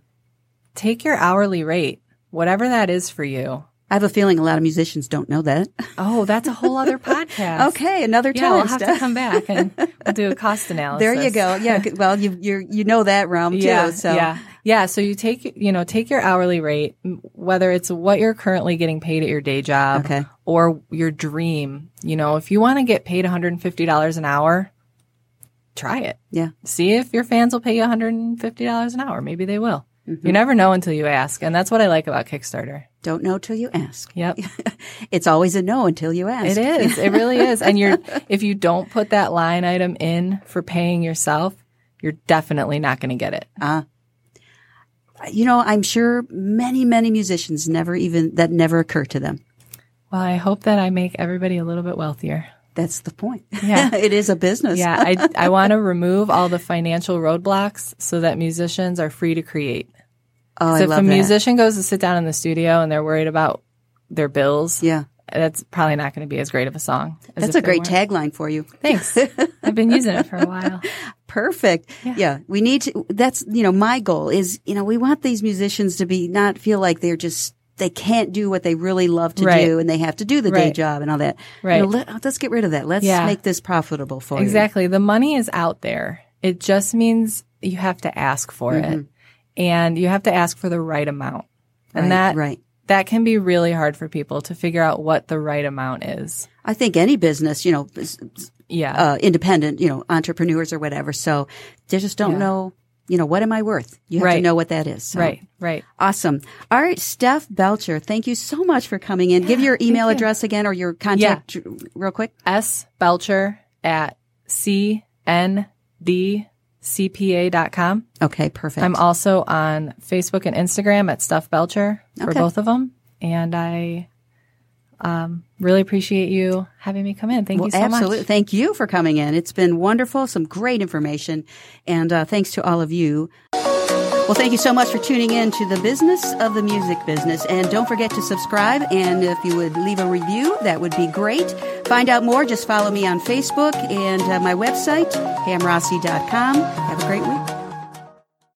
Speaker 3: take your hourly rate, whatever that is for you.
Speaker 2: I have a feeling a lot of musicians don't know that.
Speaker 3: Oh, that's a whole other podcast.
Speaker 2: Okay, another
Speaker 3: Yeah,
Speaker 2: time.
Speaker 3: we'll have to
Speaker 2: Steph.
Speaker 3: come back and we'll do a cost analysis.
Speaker 2: there you go. Yeah, good- well, you you you know that realm
Speaker 3: Yeah,
Speaker 2: too. So
Speaker 3: yeah, yeah. So you take you know take your hourly rate, m- whether it's what you're currently getting paid at your day job
Speaker 2: Okay.
Speaker 3: or your dream. You know, if you want to get paid 150 dollars an hour, try it.
Speaker 2: yeah,
Speaker 3: See if your fans will pay you 150 dollars an hour. Maybe they will.
Speaker 2: Mm-hmm.
Speaker 3: You never know until you ask, and that's what I like about Kickstarter.
Speaker 2: don't know till you ask.
Speaker 3: Yep.
Speaker 2: It's always a no until you ask.
Speaker 3: It is. It really is. And you're if you don't put that line item in for paying yourself, you're definitely not going to get it.
Speaker 2: Ah. You know, I'm sure many many musicians never even that never occurred to them.
Speaker 3: Well, I hope that I make everybody a little bit wealthier.
Speaker 2: That's the point.
Speaker 3: Yeah.
Speaker 2: it is a business.
Speaker 3: Yeah, I I want to remove all the financial roadblocks so that musicians are free to create.
Speaker 2: Oh, I
Speaker 3: so if
Speaker 2: love
Speaker 3: a
Speaker 2: that.
Speaker 3: musician goes to sit down in the studio and they're worried about their bills,
Speaker 2: Yeah.
Speaker 3: that's probably not going to be as great of a song. as
Speaker 2: That's
Speaker 3: if
Speaker 2: a
Speaker 3: they
Speaker 2: great
Speaker 3: weren't.
Speaker 2: tagline for you.
Speaker 3: Thanks. I've been using it for a while.
Speaker 2: Perfect. Yeah. We need to, that's, you know, my goal is, you know, we want these musicians to be not feel like they're just, they can't do what they really love to
Speaker 3: Right.
Speaker 2: do and they have to do the day
Speaker 3: Right.
Speaker 2: job and all that. You
Speaker 3: Right.
Speaker 2: know, let, us get rid of that. Let's
Speaker 3: Yeah.
Speaker 2: make this profitable for
Speaker 3: Exactly. The money is out there. It just means you have to ask for it. And you have to ask for the right amount.
Speaker 2: you.
Speaker 3: And
Speaker 2: Mm-hmm. Right,
Speaker 3: that
Speaker 2: right.
Speaker 3: that can be really hard for people to figure out what the right amount is.
Speaker 2: I think any business, you know, is-
Speaker 3: Yeah.
Speaker 2: uh, independent, you know, entrepreneurs or whatever. So they just don't know, you know, what am I worth? You have to
Speaker 3: Right.
Speaker 2: know what that is. So.
Speaker 3: right, right.
Speaker 2: Awesome. All right, Steph Belcher, thank you so much for coming in. Give your email address again or your contact r- real quick.
Speaker 3: S Belcher at cndcpa.com.
Speaker 2: Okay, perfect.
Speaker 3: I'm also on Facebook and Instagram at Stuff Belcher for
Speaker 2: Okay.
Speaker 3: both of them. And I um, really appreciate you having me come in. Thank you so
Speaker 2: absolutely.
Speaker 3: much.
Speaker 2: Thank you for coming in. It's been wonderful, some great information, and uh, thanks to all of you. Well, thank you so much for tuning in to the business of the music business. And don't forget to subscribe. And if you would leave a review, that would be great. Find out more, just follow me on Facebook and uh, my website, pamrossi.com. Have a great week.